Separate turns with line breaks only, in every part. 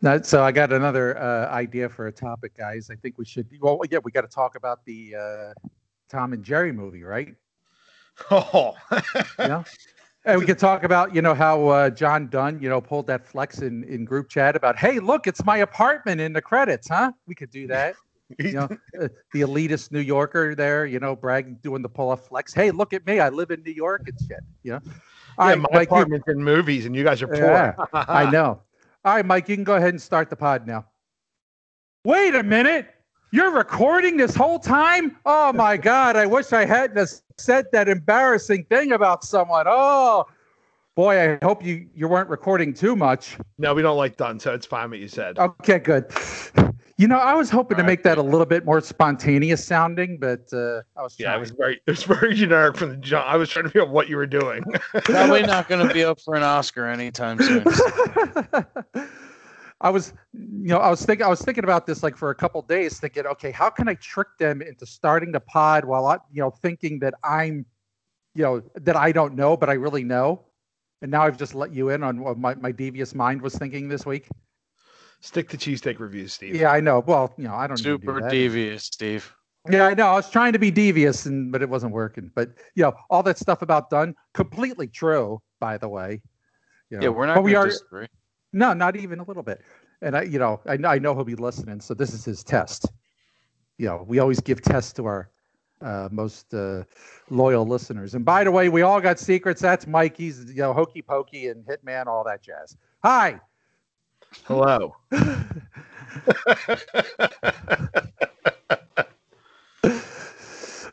No, so I got another uh, idea for a topic, guys. I think we should. Well, yeah, we got to talk about the uh, Tom and Jerry movie, right?
Oh,
Yeah. And we could talk about, you know, how uh, John Dunn, you know, pulled that flex in, in group chat about, hey, look, it's my apartment in the credits, huh? We could do that. You know, uh, the elitist New Yorker there, you know, bragging, doing the pull off flex. Hey, look at me. I live in New York and shit. You know, All
yeah,
right,
my
Mike, you-
apartment's in movies, and you guys are poor.
Yeah, I know. All right, Mike, you can go ahead and start the pod now. Wait a minute. You're recording this whole time? Oh my God. I wish I hadn't have said that embarrassing thing about someone. Oh boy, I hope you, you weren't recording too much.
No, we don't like Dunn, so it's fine what you said.
Okay, good. You know, I was hoping to
All
make that a little bit more spontaneous sounding, but uh, I was
yeah, it
trying.
was very it was very generic from the jump. I was trying to figure out what you were doing.
Probably not going to be up for an Oscar anytime soon.
I was, you know, I was thinking, I was thinking about this like for a couple days, thinking, okay, how can I trick them into starting the pod while I, you know, thinking that I'm, you know, that I don't know, but I really know. And now I've just let you in on what my, my devious mind was thinking this week.
Stick to cheesesteak reviews, Steve.
Yeah, I know. Well, you know, I don't need to do
Super
that.
devious, Steve.
Yeah, I know. I was trying to be devious, and but it wasn't working. But you know, all that stuff about Dunn, completely true, by the way. You
Yeah,
know,
we're not
but we
going to
are.
disagree.
No, not even a little bit. And I, you know, I, kn- I know he'll be listening, so this is his test. You know, we always give tests to our uh, most uh, loyal listeners. And by the way, we all got secrets. That's Mikey's, you know, hokey pokey and hitman, all that jazz. Hi.
Hello.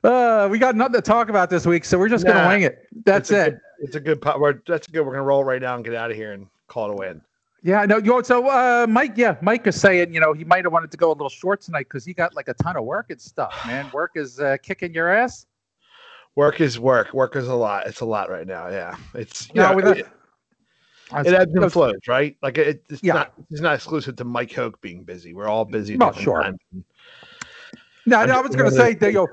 Uh, we got nothing to talk about this week, so we're just gonna
Nah,
wing it. That's
it's
it.
a Good, it's a good pot. We're, that's good. We're gonna roll right now and get out of here and call it a win.
Yeah, I know. You know, So, uh, Mike, yeah, Mike is saying, you know, he might have wanted to go a little short tonight because he got like a ton of work and stuff, man. Work is uh, kicking your ass.
Work is work. Work is a lot. It's a lot right now. Yeah. It's
No,
yeah.
with
it, it ebbs and
That's-
flows, right? Like it, it's
Yeah.
not it's not exclusive to Mike Hoke being busy. We're all busy. at
Well,
different
sure.
times.
No,
I'm
no, I
just
was going to
another-
say, that, you know,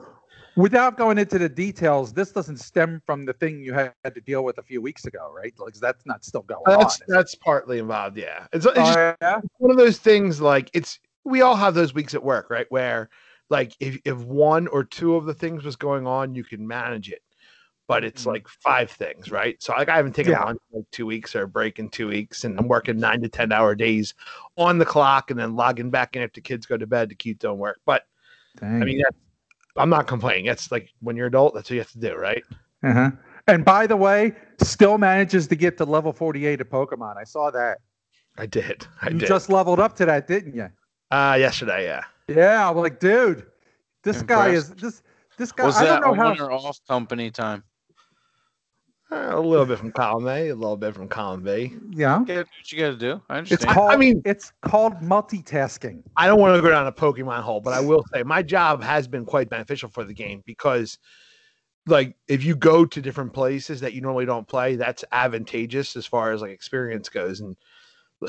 without going into the details, this doesn't stem from the thing you had to deal with a few weeks ago, right? Like that's not still going on.
That's
is it?
that's partly involved. Yeah. It's, it's just
Oh, yeah?
one of those things like it's we all have those weeks at work right where like if, if one or two of the things was going on you can manage it but it's
Mhm.
like five things right so like i haven't taken
Yeah.
lunch in like two weeks or a break in two weeks and i'm working nine to ten hour days on the clock and then logging back in after kids go to bed to keep doing work but
Dang.
i mean that's, i'm not complaining that's like when you're adult that's what you have to do right
uh-huh. And by the way, still manages to get to level 48 of Pokemon. I saw that.
i did i
you
did
just leveled up to that, didn't you?
uh yesterday yeah
Yeah, I'm like, dude, this guy is this this guy.
Was
I
that
don't
a
know how.
winner off company time?
Uh, a little bit from column a a little bit from column b
Yeah,
Okay, that's what you got to do. I
it's
understand.
called. I mean,
mean-
it's called multitasking.
I don't want to go down a Pokemon hole, but I will say my job has been quite beneficial for the game because, like, if you go to different places that you normally don't play, that's advantageous as far as like experience goes. And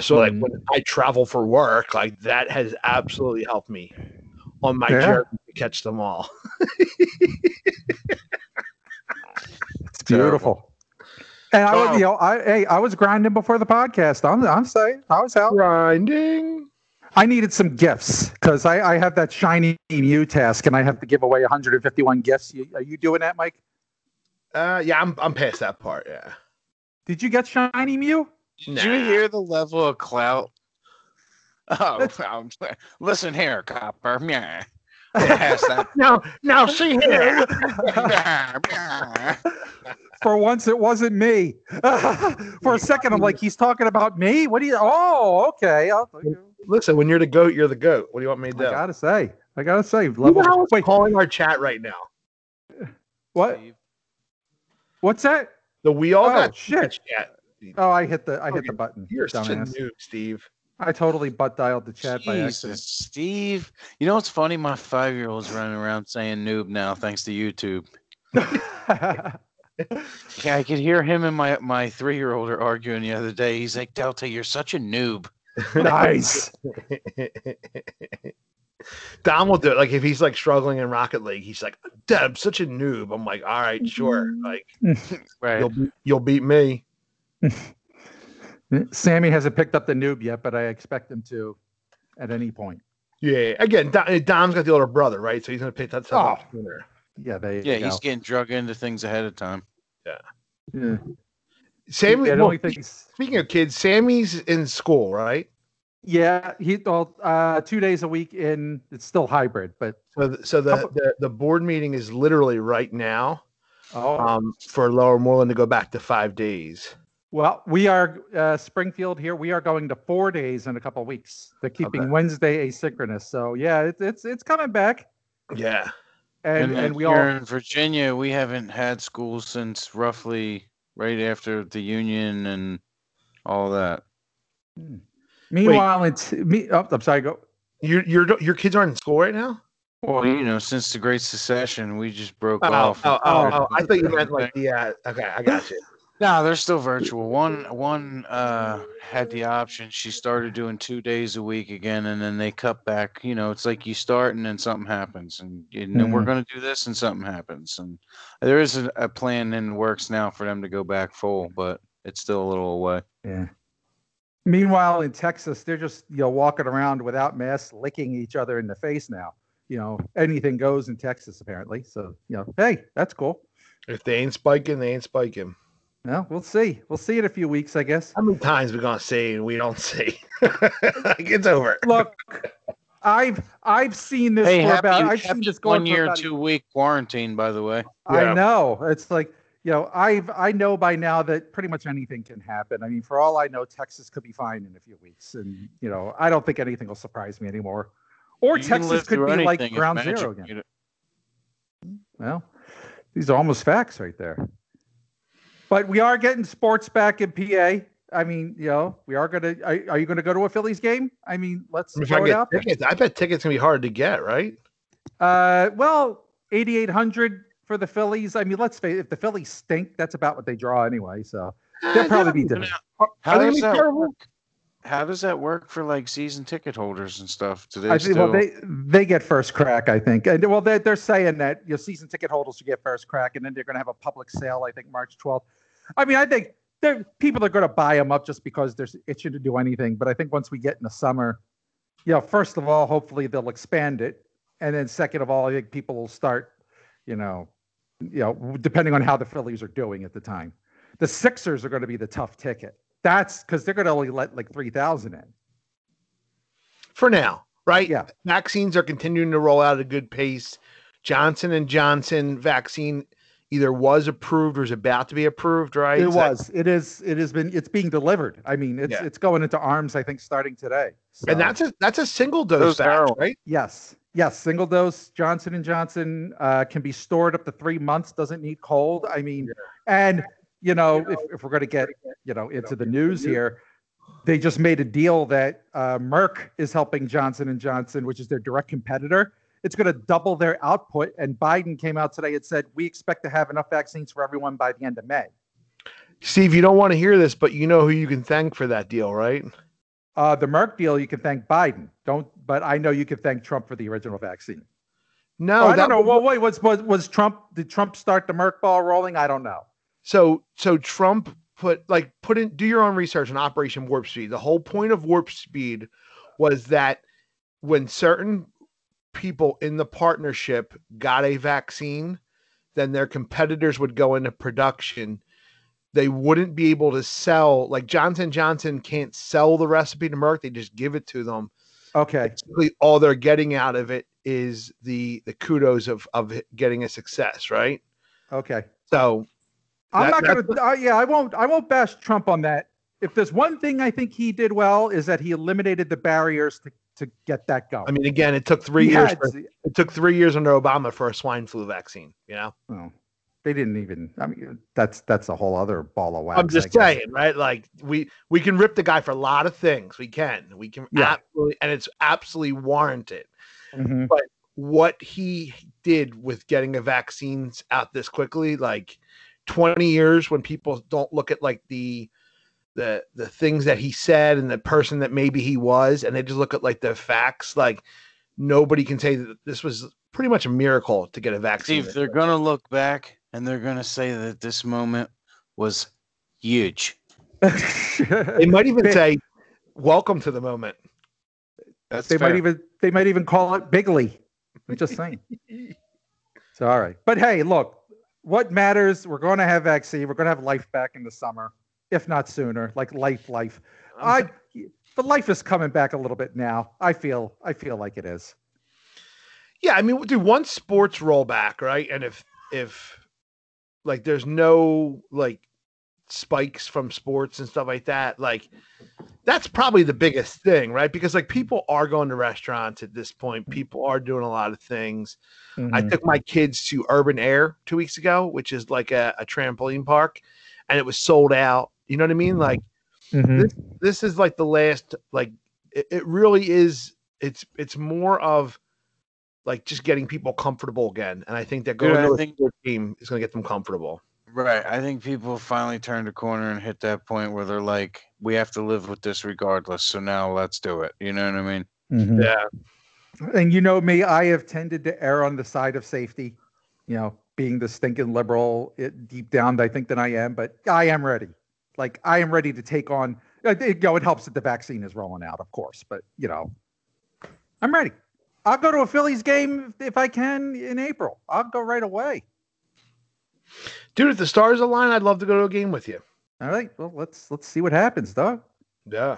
so, like, when I travel for work, like, that has absolutely helped me on my
Yeah.
journey to catch them all.
It's beautiful. And I was, you know, I hey, I was grinding before the podcast. I'm, I'm saying I was out.
Grinding.
I needed some gifts because I, I have that shiny new task, and I have to give away 151 gifts. You, are you doing that, Mike?
Uh, yeah, I'm I'm past that part. Yeah.
Did you get shiny Mew?
Did
Nah.
you hear the level of clout? Oh,
That's-
I'm sorry. listen here, copper. Meh. Pass that.
Now, now, see here.
Meh, meh.
For once, it wasn't me. For a second, I'm like, he's talking about me. What do you? Oh, okay. I'll,
Listen, when you're the goat, you're the goat. What do you want me to
I
do?
gotta say, I gotta say,
Who
level.
the hell is
wait,
calling our chat right now?
what? What's that?
The we all
Oh,
got
shit.
chat.
Oh, I hit the I hit the
Fucking-
button.
You're such a
dumbass.
noob, Steve.
I totally butt dialed the chat by
Jesus,
accident.
Steve. You know what's funny? My five year old's running around saying noob now, thanks to YouTube. Yeah, I could hear him and my, my three year old are arguing the other day. He's like, Delta, you're such a noob.
nice.
Dom will do it. Like if he's like struggling in Rocket League, he's like, "Deb, such a noob." I'm like, "All right, sure. Like
Right.
you'll be- you'll beat me."
Sammy hasn't picked up the noob yet, but I expect him to at any point.
Yeah. Again, Dom, eh, Dom's got the older brother, right? So he's gonna pick that stuff up
Oh.
sooner.
Yeah, they.
Yeah, he's getting drug into things ahead of time.
Yeah.
Sammy.
Yeah, the
well,
only thing-
speaking of kids, Sammy's in school, right?
yeah, he well, uh, two days a week in. It's still hybrid, but
So, th- so the,
Couple-
the the board meeting is literally right now
oh,
um, for Lower Moreland to go back to five days.
Well, we are uh, Springfield here. We are going to four days in a couple of weeks. They're keeping
Okay.
Wednesday asynchronous, so yeah, it's it's it's coming back,
Yeah.
and and,
then
we
here
all
in Virginia, we haven't had school since roughly right after the union and all that.
meanwhile it's me. Oh, I'm sorry. Go.
Your your your kids aren't in school right now.
Well, you know, since the Great Secession, we just broke
Oh,
off.
oh, oh, oh, I thought you meant like the. Uh, okay, I got you.
No, they're still virtual. One one uh, had the option. She started doing two days a week again, and then they cut back. You know, it's like you start and then something happens, and, and then we're
Mhm.
going to do this, and something happens, and there is a, a plan in the works now for them to go back full, but it's still a little away.
Yeah. Meanwhile, in Texas, they're just you know walking around without masks, licking each other in the face now. You know, anything goes in Texas apparently. So you know, hey, that's cool.
If they ain't spiking, they ain't spiking.
No, we'll see. We'll see in a few weeks, I guess.
How many times we gonna say and we don't say? like it's over.
Look, I've I've seen this
Hey,
for
happy
about
you
I've
kept
seen this going
one
for
year,
about a
two week quarantine, by the way.
Yeah.
I know. It's like, you know, I've I know by now that pretty much anything can happen. I mean, for all I know, Texas could be fine in a few weeks. And you know, I don't think anything will surprise me anymore. Or
You can
Texas
live
could
through
be like
anything if
ground
Magic
zero again.
made it.
Well, these are almost facts right there. But we are getting sports back in PA. I mean, you know, we are gonna are, are you gonna go to a Phillies game? I mean, let's
If I,
throw it
get
out there.
tickets, I bet tickets gonna be hard to get, right?
Uh, well, 8,800 for the Phillies. I mean, let's face it, if the Phillies stink, that's about what they draw anyway. So
Eh,
they'll probably be different.
How
they
does
gonna be
that
terrible?
work? How does that work for like season ticket holders and stuff? Do they
I think, well,
still-
they they get first crack, I think. And well, they're, they're saying that your season ticket holders should get first crack, and then they're going to have a public sale, I think, March 12th. I mean, I think they're, people are going to buy them up just because they're itching to do anything. But I think once we get in the summer, you know, first of all, hopefully they'll expand it. And then second of all, I think people will start, you know, you know, depending on how the Phillies are doing at the time. The Sixers are going to be the tough ticket. That's because they're going to only let like 3,000 in.
for now, right?
Yeah.
Vaccines are continuing to roll out at a good pace. Johnson and Johnson vaccine either was approved or is about to be approved, right?
It
Is that-
was. It is. It has been. It's being delivered. I mean, it's
Yeah.
it's going into arms. I think starting today. So,
and that's a that's a single
Those
dose, batch,
barrel-
right?
yes, yes. Single dose Johnson and Johnson uh, can be stored up to three months. Doesn't need cold. I mean, and you know, if, if we're going to get you know into the news here, they just made a deal that uh, Merck is helping Johnson and Johnson, which is their direct competitor. It's going to double their output. And Biden came out today and said we expect to have enough vaccines for everyone by the end of May.
Steve, you don't want to hear this, but you know who you can thank for that deal, right?
Uh, the Merck deal, you can thank Biden. Don't, but I know you can thank Trump for the original vaccine.
No,
Oh, I
that
don't know. Well, wait, was, was was Trump? Did Trump start the Merck ball rolling? I don't know.
So so Trump put like put in do your own research on Operation Warp Speed. The whole point of Warp Speed was that when certain people in the partnership got a vaccine, then their competitors would go into production. They wouldn't be able to sell like Johnson Johnson can't sell the recipe to Merck. They just give it to them.
Okay,
Basically, all they're getting out of it is the the kudos of of it getting a success, right?
okay.
So
I'm
That-
not gonna. Uh, yeah, I won't. I won't bash Trump on that. If there's one thing I think he did well is that he eliminated the barriers to to get that going.
I mean, again, it took three
He
years.
had-
for- it took three years under Obama for a swine flu vaccine. You know,
well, they didn't even. I mean, that's that's a whole other ball of wax.
I'm just
I guess.
saying, right? Like we we can rip the guy for a lot of things. We can, we can
Yeah.
absolutely, and it's absolutely warranted.
Mhm.
What he did with getting the vaccines out this quickly, like 20 years, when people don't look at like the the the things that he said and the person that maybe he was, and they just look at like the facts. Like nobody can say that this was pretty much a miracle to get a vaccine.
Steve, they're going to look back and they're going to say that this moment was huge.
They might even say, "Welcome to the moment."
That's
they might
fair.
even they might even call it Bigley. I'm just saying. It's all right. But hey, look, what matters? We're going to have vaccine. We're going to have life back in the summer, if not sooner. Like life, life. I, but life is coming back a little bit now. I feel I feel like it is.
Yeah, I mean, dude, once sports roll back, right? And if if like there's no like spikes from sports and stuff like that, like that's probably the biggest thing, right? Because like people are going to restaurants at this point. People are doing a lot of things. I
Mhm.
took my kids to Urban Air two weeks ago, which is like a, a trampoline park, and it was sold out. You know what I mean? Like
Mhm.
this is like the last like it, it really is it's it's more of like just getting people comfortable again and i think that
Dude,
going
I
to a
think-
team is going to get them comfortable
Right. I think people finally turned a corner and hit that point where they're like, we have to live with this regardless. So now let's do it. You know what I mean?
Mhm.
yeah
and you know me, I have tended to err on the side of safety, you know, being the stinking liberal it, deep down, I think that I am, but I am ready. Like I am ready to take on, uh, you know, it helps that the vaccine is rolling out, of course, but you know, I'm ready. I'll go to a Phillies game if, if I can in April. I'll go right away.
dude if the stars align i'd love to go to a game with you
All right. Well, let's, let's see what happens, Doug.
yeah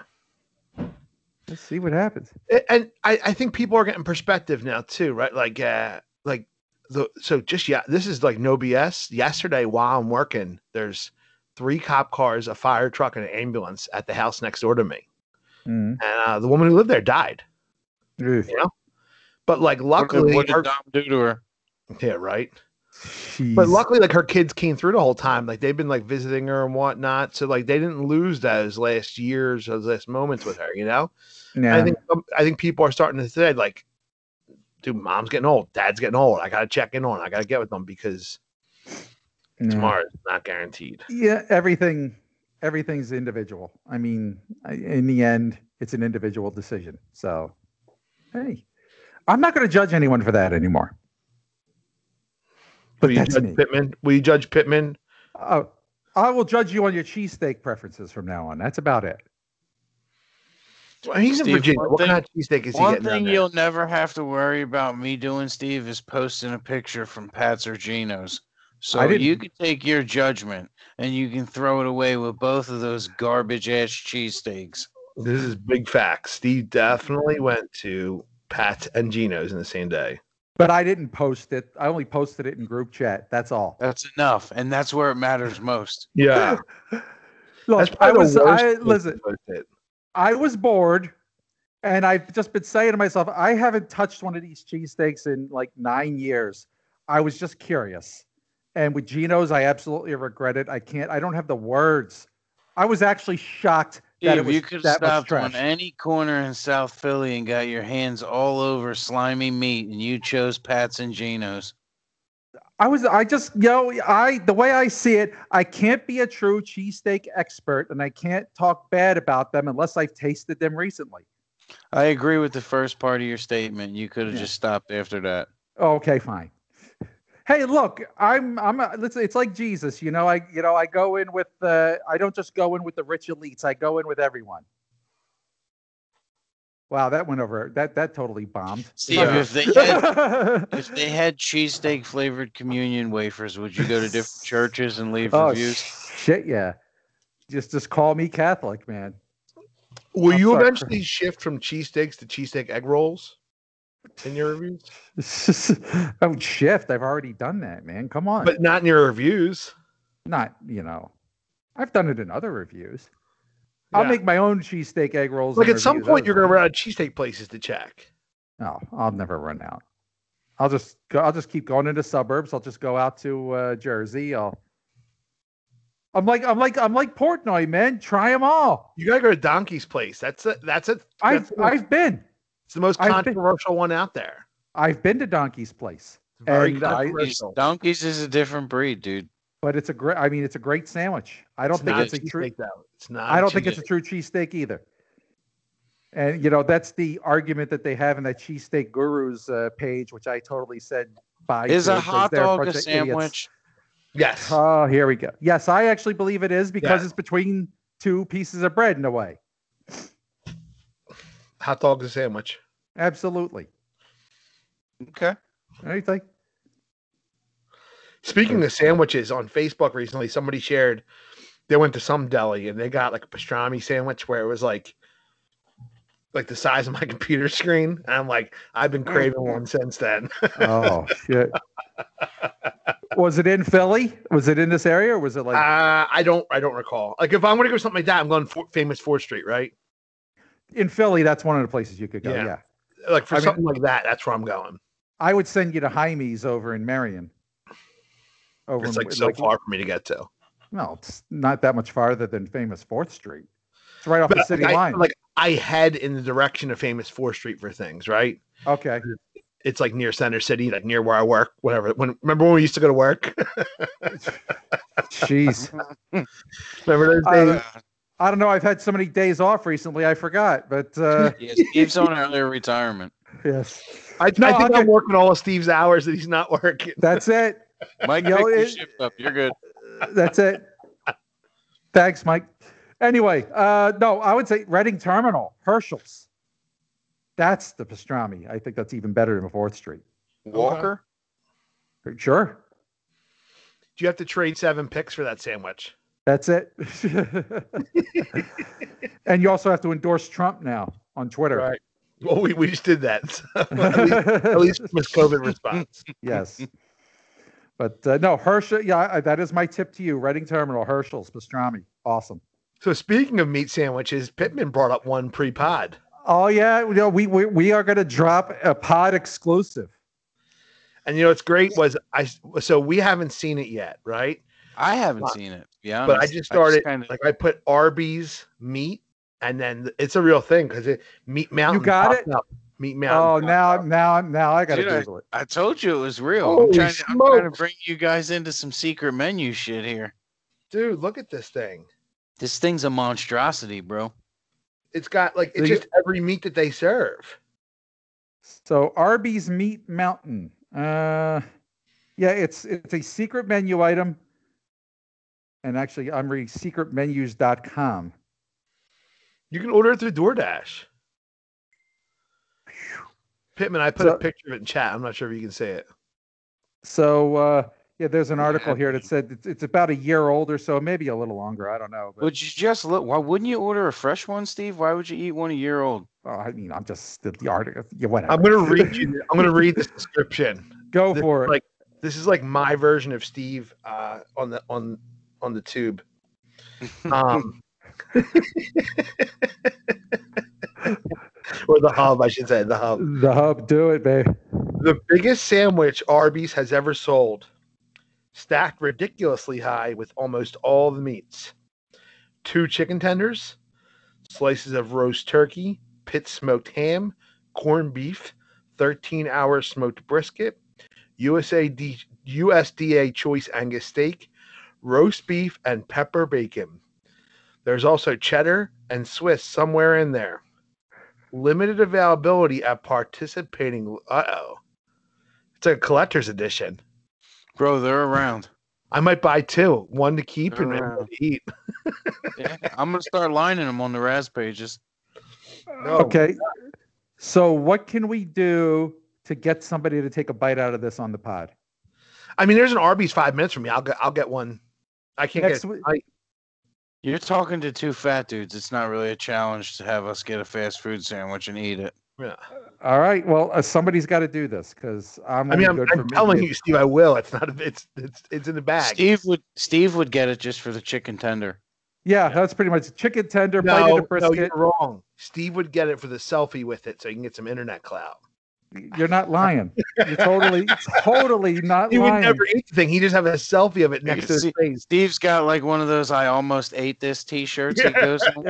Let's see what happens.
A- and I, I think people are getting perspective now too, right? Like, uh, like the so just yeah, this is like no BS. Yesterday, while I'm working, there's three cop cars, a fire truck, and an ambulance at the house next door to me,
Mm.
and uh, the woman who lived there died.
Oof.
But like,
What did-
luckily,
what did
her-
Dom do to her?
yeah, right.
Jeez.
But luckily, like her kids came through the whole time. Like they've been like visiting her and whatnot, so like they didn't lose those last years, those last moments with her, you know.
yeah.
I think um, I think people are starting to say like, dude, mom's getting old, dad's getting old. I gotta check in on. it. I gotta get with them because
Yeah.
tomorrow's not guaranteed.
yeah everything everything's individual i mean I- in the end it's an individual decision so hey i'm not going to judge anyone for that anymore but
will you
that's
judge
me
Pittman? Will you judge Pittman?
Oh, i will judge you on your cheesesteak preferences from now on that's about it
Well, he's in
Steve,
Virginia.
one
What
thing-
kind of cheesesteak is he
One
getting?
thing
down there?
you'll never have to worry about me doing, Steve, is posting a picture from Pat's or Gino's. So
I didn't-
you can take your judgment and you can throw it away with both of those garbage ass cheesesteaks.
This is big facts. Steve definitely went to Pat and Gino's in the same day.
but i didn't post it i only posted it in group chat that's all
That's enough. And that's where it matters most.
Yeah,
Look, i
probably the
was I,
worst
listen
place to post it.
I was bored, and I've just been saying to myself, I haven't touched one of these cheesesteaks in like nine years. I was just curious. And with Geno's, I absolutely regret it. I can't, I don't have the words. I was actually shocked that it
Steve,
was
you could have
that much
stopped on
trash.
any corner in South Philly and got your hands all over slimy meat, and you chose Pat's and Gino's.
I was, I just, you know, I, the way I see it, I can't be a true cheesesteak expert and I can't talk bad about them unless I've tasted them recently.
I agree with the first part of your statement. You could have
Yeah.
just stopped after that.
Okay, fine. Hey, look, I'm I'm a, let's it's like Jesus, you know, I you know, I go in with the I don't just go in with the rich elites, I go in with everyone. Wow, that went over. That that totally bombed.
Steve,
Yeah.
if they had if they had cheesesteak flavored communion wafers, would you go to different churches and leave
oh
reviews?
shit, yeah. Just just call me Catholic, man.
Will
I'm
you
Oh, sorry.
eventually shift from cheesesteaks to cheesesteak egg rolls in your reviews?
oh shift, I've already done that, man. Come on.
But not in your reviews.
not, you know. I've done it in other reviews. I'll
Yeah.
make my own cheesesteak egg rolls.
Like
and
at some
review
point,
those.
you're going to run out of cheesesteak places to check.
No, I'll never run out. I'll just go, I'll just keep going into suburbs. I'll just go out to uh, Jersey. I'll. I'm like I'm like I'm like Portnoy, man. Try them all.
You got to go to Donkey's place. That's a, that's it.
I've
That's-
I've been
It's the most
I've been-
controversial one out there.
I've been to Donkey's Place,
It's Very
And I-
Donkeys,
controversial.
donkeys is a different breed, dude.
but it's a great. I mean, it's a great sandwich. I don't
It's
think
not
it's a true.
cheesesteak, though. It's not.
I don't think it's a true cheesesteak either. And you know that's the argument that they have in that cheesesteak gurus uh, page, which I totally said by
Is a hot dog a sandwich?
Yes.
Oh, here we go. Yes, I actually believe it is because
Yeah.
it's between two pieces of bread in a way.
Hot dog and sandwich.
Absolutely.
Okay.
Anything?
Speaking of sandwiches, on Facebook recently, somebody shared they went to some deli and they got like a pastrami sandwich where it was like like the size of my computer screen. And I'm like, I've been craving one since then.
Oh shit. was it in Philly? Was it in this area or was it like
Uh, I don't I don't recall. Like if I'm gonna go something like that, I'm going for, famous Fourth Street, right?
in Philly? That's one of the places you could go.
Yeah.
Yeah.
Like for
I mean-
something like that, that's where I'm going.
I would send you to Jaime's over in Marion. Over
It's
in-
like so far for me to get to.
No, it's not that much farther than famous Fourth Street. It's right off the
But,
city
like, I,
line.
like I head in the direction of famous Fourth Street for things, right?
okay.
It's like near Center City, like near where I work, whatever. When remember when we used to go to work?
Jeez.
remember those days?
Uh, I don't know. I've had so many days off recently. I forgot, but uh,
yes, Steve's on earlier retirement.
yes.
I,
no,
I think
okay.
I'm working all of Steve's hours that he's not working.
That's it.
Mike,
Yo,
pick your
it-
shift up. You're good.
That's it. Thanks, Mike. Anyway, uh, no, I would say Reading Terminal, Herschel's. That's the pastrami. I think that's even better than Fourth Street.
Walker.
Sure.
Do you have to trade seven picks for that sandwich?
That's it. and you also have to endorse Trump now on Twitter.
Right. Well, we, we just did that. So, at least- at least with COVID response.
yes. But uh, no, Herschel. Yeah, I, that is my tip to you. Reading Terminal, Herschel's pastrami. Awesome.
So speaking of meat sandwiches, Pittman brought up one pre-pod.
Oh yeah, you know, we we we are going to drop a pod exclusive.
And you know what's great was I s- so we haven't seen it yet, right?
I haven't
But-
seen it. Yeah,
but I just started-
kinda,
Like I put Arby's meat and then it's a real thing because it meat mountain.
got
popped
it?
Up, meat
Oh,
mountain.
now now now I got to
Dude, I-
Google it.
I told you it was real. I'm
Holy
trying, to, I'm trying to
smokes.
bring you guys into some secret menu shit here.
Dude, look at this thing.
This thing's a monstrosity, bro.
It's got like
Do
it's
you-
just every meat that they serve.
So Arby's Meat Mountain. Uh, yeah, it's it's a secret menu item. And actually, I'm reading secretmenus.com.
You can order it through DoorDash. Pittman, I put
So-
a picture of it in chat. I'm not sure if you can see it.
So uh, yeah, there's an
Yeah,
article here that
Arby's.
said it's, it's about a year old or so, maybe a little longer. I don't know. But
Would you just look? Why wouldn't you order a fresh one, Steve? Why would you eat one a year old?
oh, I mean, I'm just the, the article. Yeah, whatever.
I'm gonna read you. I'm gonna read this description.
Go
This
for
is
it.
Like this is like my version of Steve uh, on the on on the tube. Um, or the hub, I should say, the hub.
the hub, do it, babe.
The biggest sandwich Arby's has ever sold, stacked ridiculously high with almost all the meats. Two chicken tenders, slices of roast turkey, pit smoked ham, corned beef, 13 hour smoked brisket, USA D- USDA choice Angus steak, roast beef, and pepper bacon. There's also cheddar and Swiss somewhere in there. Limited availability at participating. Uh oh. It's a collector's edition.
Bro, they're around.
I might buy two, one to keep and
Wow.
one to eat.
Yeah, I'm gonna start lining them on the Raz pages.
No.
Okay. So what can we do to get somebody to take a bite out of this on the pod?
I mean, there's an Arby's five minutes from me. I'll get, I'll get one. I can't
Next
get.
week-
I,
You're talking to two fat dudes. It's not really a challenge to have us get a fast food sandwich and eat it.
yeah.
All right. Well, uh, somebody's got to do this because I'm.
I
only
mean, I'm,
good for
I'm telling
me.
you, Steve. I will. It's not. It's it's it's in the bag.
Steve would Steve would get it just for the chicken tender.
Yeah, that's pretty much chicken tender,
no,
plated
no,
of brisket.
you're wrong. Steve would get it for the selfie with it, so you can get some internet clout.
you're... not lying. You're totally, totally not
He would
lying.
never eat the thing. He just have a selfie of it
You
next to his
see-
face.
Steve's got like one of those I almost ate this t-shirts. He
Yeah.
goes in.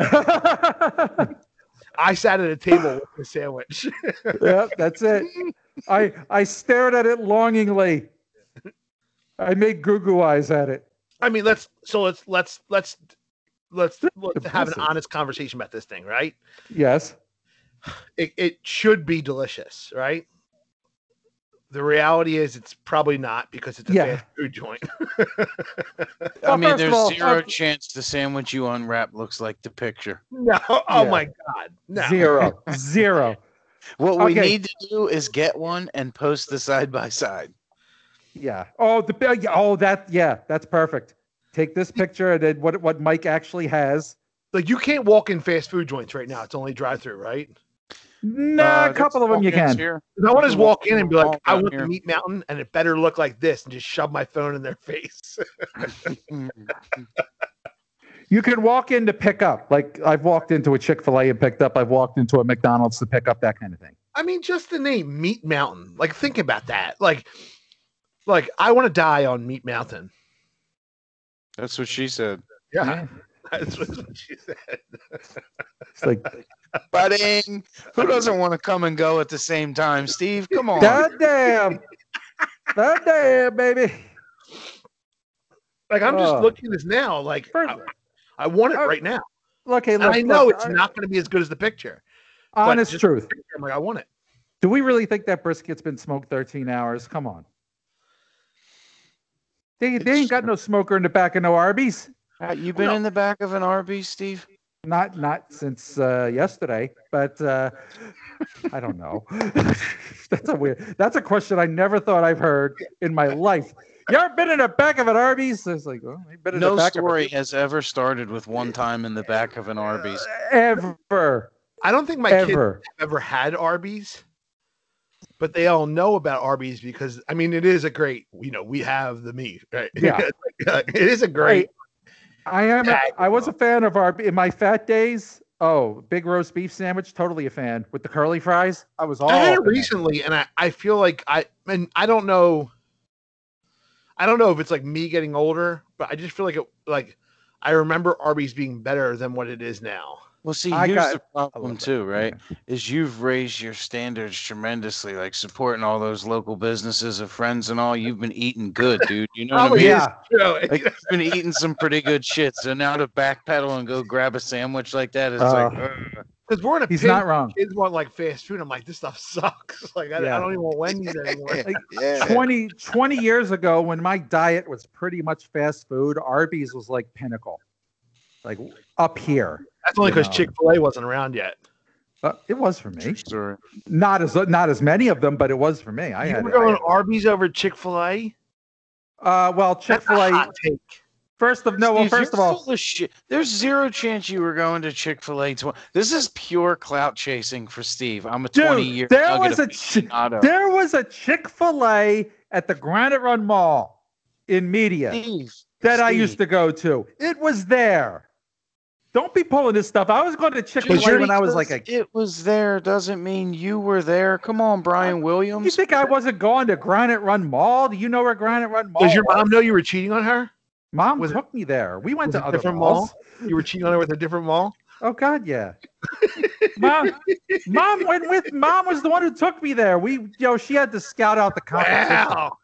I sat at a table with the sandwich.
yep, that's it. I I stared at it longingly. I made goo goo eyes at it.
I mean, let's so let's let's let's let's let's have an
Impressive.
honest conversation about this thing, right?
Yes.
It it should be delicious, right? The reality is, it's probably not because it's a
Yeah.
fast food joint.
I mean,
first of
there's
all, um,
zero
fuck-
chance the sandwich you unwrap looks like the picture.
no, oh
Yeah.
my god, no.
Zero. Zero.
What we
Okay.
need to do is get one and post the side by side.
Yeah. Oh, the big- oh that yeah, that's perfect. Take this picture and then what what Mike actually has.
Like you can't walk in fast food joints right now. It's only drive-through, right?
Nah,
Uh,
a couple of them you can.
Here.
I want to just
can walk
walk in and be
in the
like,
mall
I
down
want
here.
the meat mountain, and it better look like this, and just shove my phone in their face.
Mm.
You can walk in to pick up. Like I've walked into a Chick Fil A and picked up. I've walked into a McDonald's to pick up that kind of thing.
I mean, just the name Meat Mountain. Like, think about that. Like, like I want to die on Meat Mountain.
That's what she said.
Yeah.
that's what she said.
It's like
Budding. Who doesn't want to come and go at the same time? Steve, come on.
God damn. God damn, baby.
Like, I'm just
Oh.
looking at this now. Like, I,
Perfect.
I want it
I-
right now.
Look, hey,
And
look,
I know
look,
it's
hon-
not going to be as good as the picture. but
honest
just-
truth.
I'm like, I want it.
Do we really think that brisket's been smoked 13 hours? Come on. They, they ain't got no smoker in the back of no Arby's.
Uh, you been
No.
in the back of an RV, Steve?
Not not since uh, yesterday, but uh, I don't know. that's a weird. That's a question I never thought I've heard in my life. You ever been in the back of an Arby's? It's like, well, you been in
No
the back
story has ever started with one time in the back of an Arby's.
of a- ever,
I don't think my kids have
ever.
ever had Arby's, but they all know about Arby's because, I mean, it is a great, you know, we have the meat, right?
Yeah.
it is a great.
I am. A,
Yeah,
I was a fan of our in my fat days. Oh, big roast beef sandwich, totally a fan with the curly fries. I was all.
I
up
had it
in that.
recently, and I, I feel like I and I don't know. I don't know if it's like me getting older, but I just feel like it like I remember Arby's being better than what it is now.
Well, see,
I
here's
got-
the problem too, right? Is you've raised your standards tremendously, like supporting all those local businesses of friends and all. You've been eating good, dude. You know what I
Probably
mean?
Oh, Yeah,
Like you've been eating some pretty good shit. So now to backpedal and go grab a sandwich like that is
Uh,
like, ugh.
Because we're in a
he's
pinch.
not wrong.
Kids want like fast food. I'm like, this stuff sucks. Like I,
Yeah.
I don't even want Wendy's anymore.
like,
yeah.
20, 20 years ago, when my diet was pretty much fast food, Arby's was like pinnacle, like up here.
That's only because
No.
Chick Fil A wasn't around yet.
Uh, it was for me.
Sorry.
Not as not as many of them, but it was for me. I
you
had
were
it.
going Arby's over Chick Fil A.
Uh, well, Chick Fil A. First of no, Oh, well,
Steve,
first of
you're
all,
full of shit. there's zero chance you were going to Chick Fil A. Tw- this is pure clout chasing for Steve. I'm a 20 year.
dude, there
nugget
was
of
a chi-
aficionado.
there was a Chick Fil A at the Granite Run Mall in Media
Steve,
that I used
Steve.
to go to. It was there. Don't be pulling this stuff. I was going to Chick Fil
Was
A
your-
when I was like a
it was there doesn't mean you were there. Come on, Brian
You
Williams.
think I wasn't going to Granite Run Mall? Do you know where Granite Run Mall?
Does your
was?
mom know you were cheating on her?
Mom
was it-
took me there. We went
was it
to other
different
malls.
You were cheating on her with a different mall.
Oh God, yeah. mom, mom went with. Mom was the one who took me there. We, yo, she had to scout out the competition,
Wow.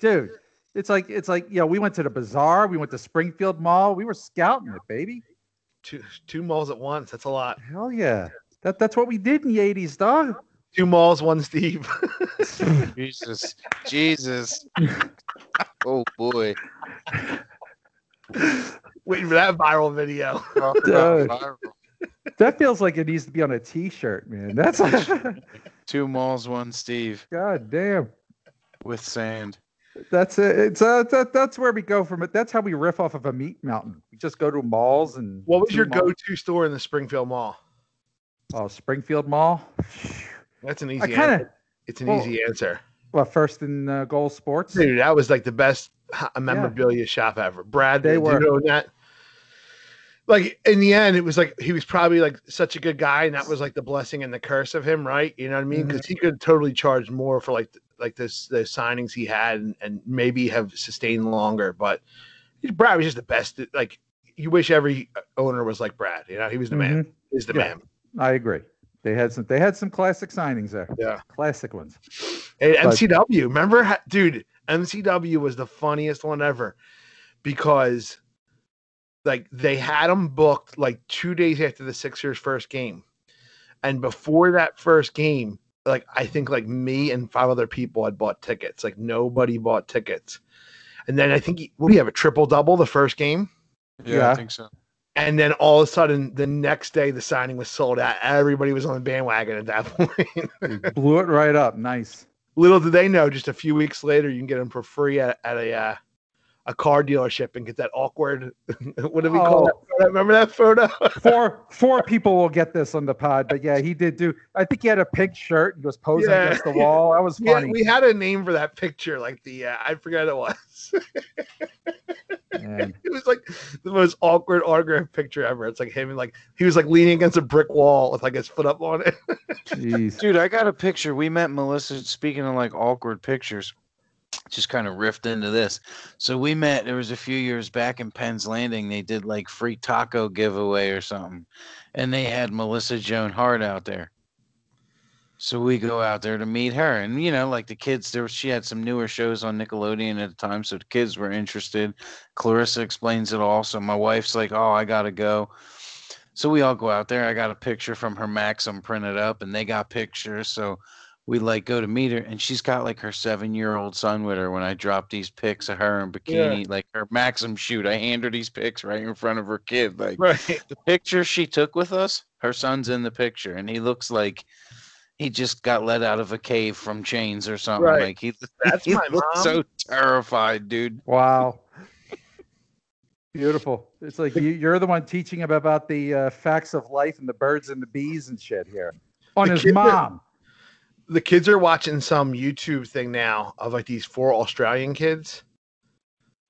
dude. It's like it's like yo. We went to the bazaar. We went to Springfield Mall. We were scouting it, baby.
Two two malls at once. That's a lot.
Hell yeah. That that's what we did in the '80s, dog.
Two malls, one Steve.
Jesus, Jesus. Oh boy.
Waiting for that viral video.
Talk
Dude.
about viral.
That feels like it needs to be on a T-shirt, man. That's
Two malls, one Steve
God damn.
with sand.
That's it. It's uh, that, that's where we go from it. That's how we riff off of a meat mountain. We just go to malls and.
What was
two
your
malls-
go-to store in the Springfield Mall?
Oh, Springfield Mall.
That's an easy.
I kind of
answer. It's an
well-
easy answer,
well first in uh, Goal Sports.
dude. That was like the best ha- memorabilia shop ever. Brad,
They
did
were.
you know that. Like in the end, it was like he was probably like such a good guy, and that was like the blessing and the curse of him, right? You know what I
Mm-hmm.
mean? Because he could totally charge more for like th- like this the signings he had, and, and maybe have sustained longer. But Brad was just the best. Like you wish every uh, owner was like Brad. You know, he was the man.
Mhm.
He was the
Yeah.
man.
I agree. They had some. They had some classic signings there.
Yeah.
Classic ones.
Hey,
But-
MCW, remember, how, dude? MCW was the funniest one ever because, like, they had them booked like two days after the Sixers' first game, and before that first game, like I think like me and five other people had bought tickets. Like nobody bought tickets. And then I think he- what do you have a triple double the first game?
Yeah,
Yeah.
I think so.
And then all of a sudden the next day the signing was sold out. Everybody was on the bandwagon at that point.
Blew it right up. Nice.
Little did they know, just a few weeks later you can get them for free at, at a uh, a car dealership and get that awkward what do we call that?
Oh.
photo? Remember that photo?
Four four people will get this on the pod, but yeah, he did do. I think he had a pink shirt and was posing
Yeah.
against the wall. That was
We had,
funny.
we had a name for that picture, like the uh, I forgot what it was.
Man.
it was like the most awkward autograph picture ever. It's like him and like he was like leaning against a brick wall with like his foot up on it.
Jeez.
Dude, I got a picture. We met Melissa. Speaking of like awkward pictures, just kind of riffed into this. So we met. There was a few years back in Penn's Landing. They did like free taco giveaway or something, and they had Melissa Joan Hart out there. So we go out there to meet her, and you know, like the kids, there was- she had some newer shows on Nickelodeon at the time, so the kids were interested. Clarissa explains it all, so my wife's like, "Oh, I gotta go." So we all go out there. I got a picture from her Maxim printed up, and they got pictures. So we like go to meet her, and she's got like her seven year old son with her. When I drop these pics of her in bikini, like her Maxim shoot, I hand her these pics right in front of her kid. Like
Right.
the picture she took with us, her son's in the picture, and he looks like he just got let out of a cave from chains or something.
Right.
Like he,
That's
he
my
looked
mom.
so terrified, dude.
Wow. Beautiful. It's like you, you're the one teaching him about the uh, facts of life and the birds and the bees and shit here. On
The
his
kid that-
mom.
the kids are watching some YouTube thing now of like these four Australian kids.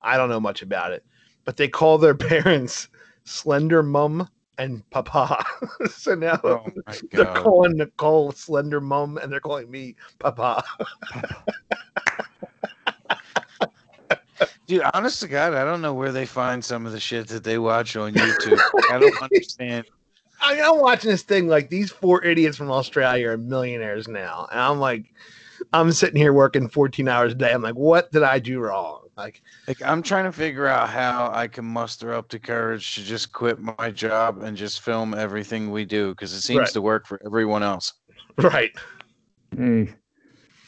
I don't know much about it, but they call their parents Slender Mum and Papa. so now
Oh my
they're
god.
calling Nicole Slender Mum and they're calling me Papa.
Dude, honest to God, I don't know where they find some of the shit that they watch on YouTube. I don't understand.
I mean, I'm watching this thing like these four idiots from Australia are millionaires now, and I'm like, I'm sitting here working 14 hours a day. I'm like, what did I do wrong? Like,
Like, I'm trying to figure out how I can muster up the courage to just quit my job and just film everything we do because it seems
Right.
to work for everyone else.
right?
Hey.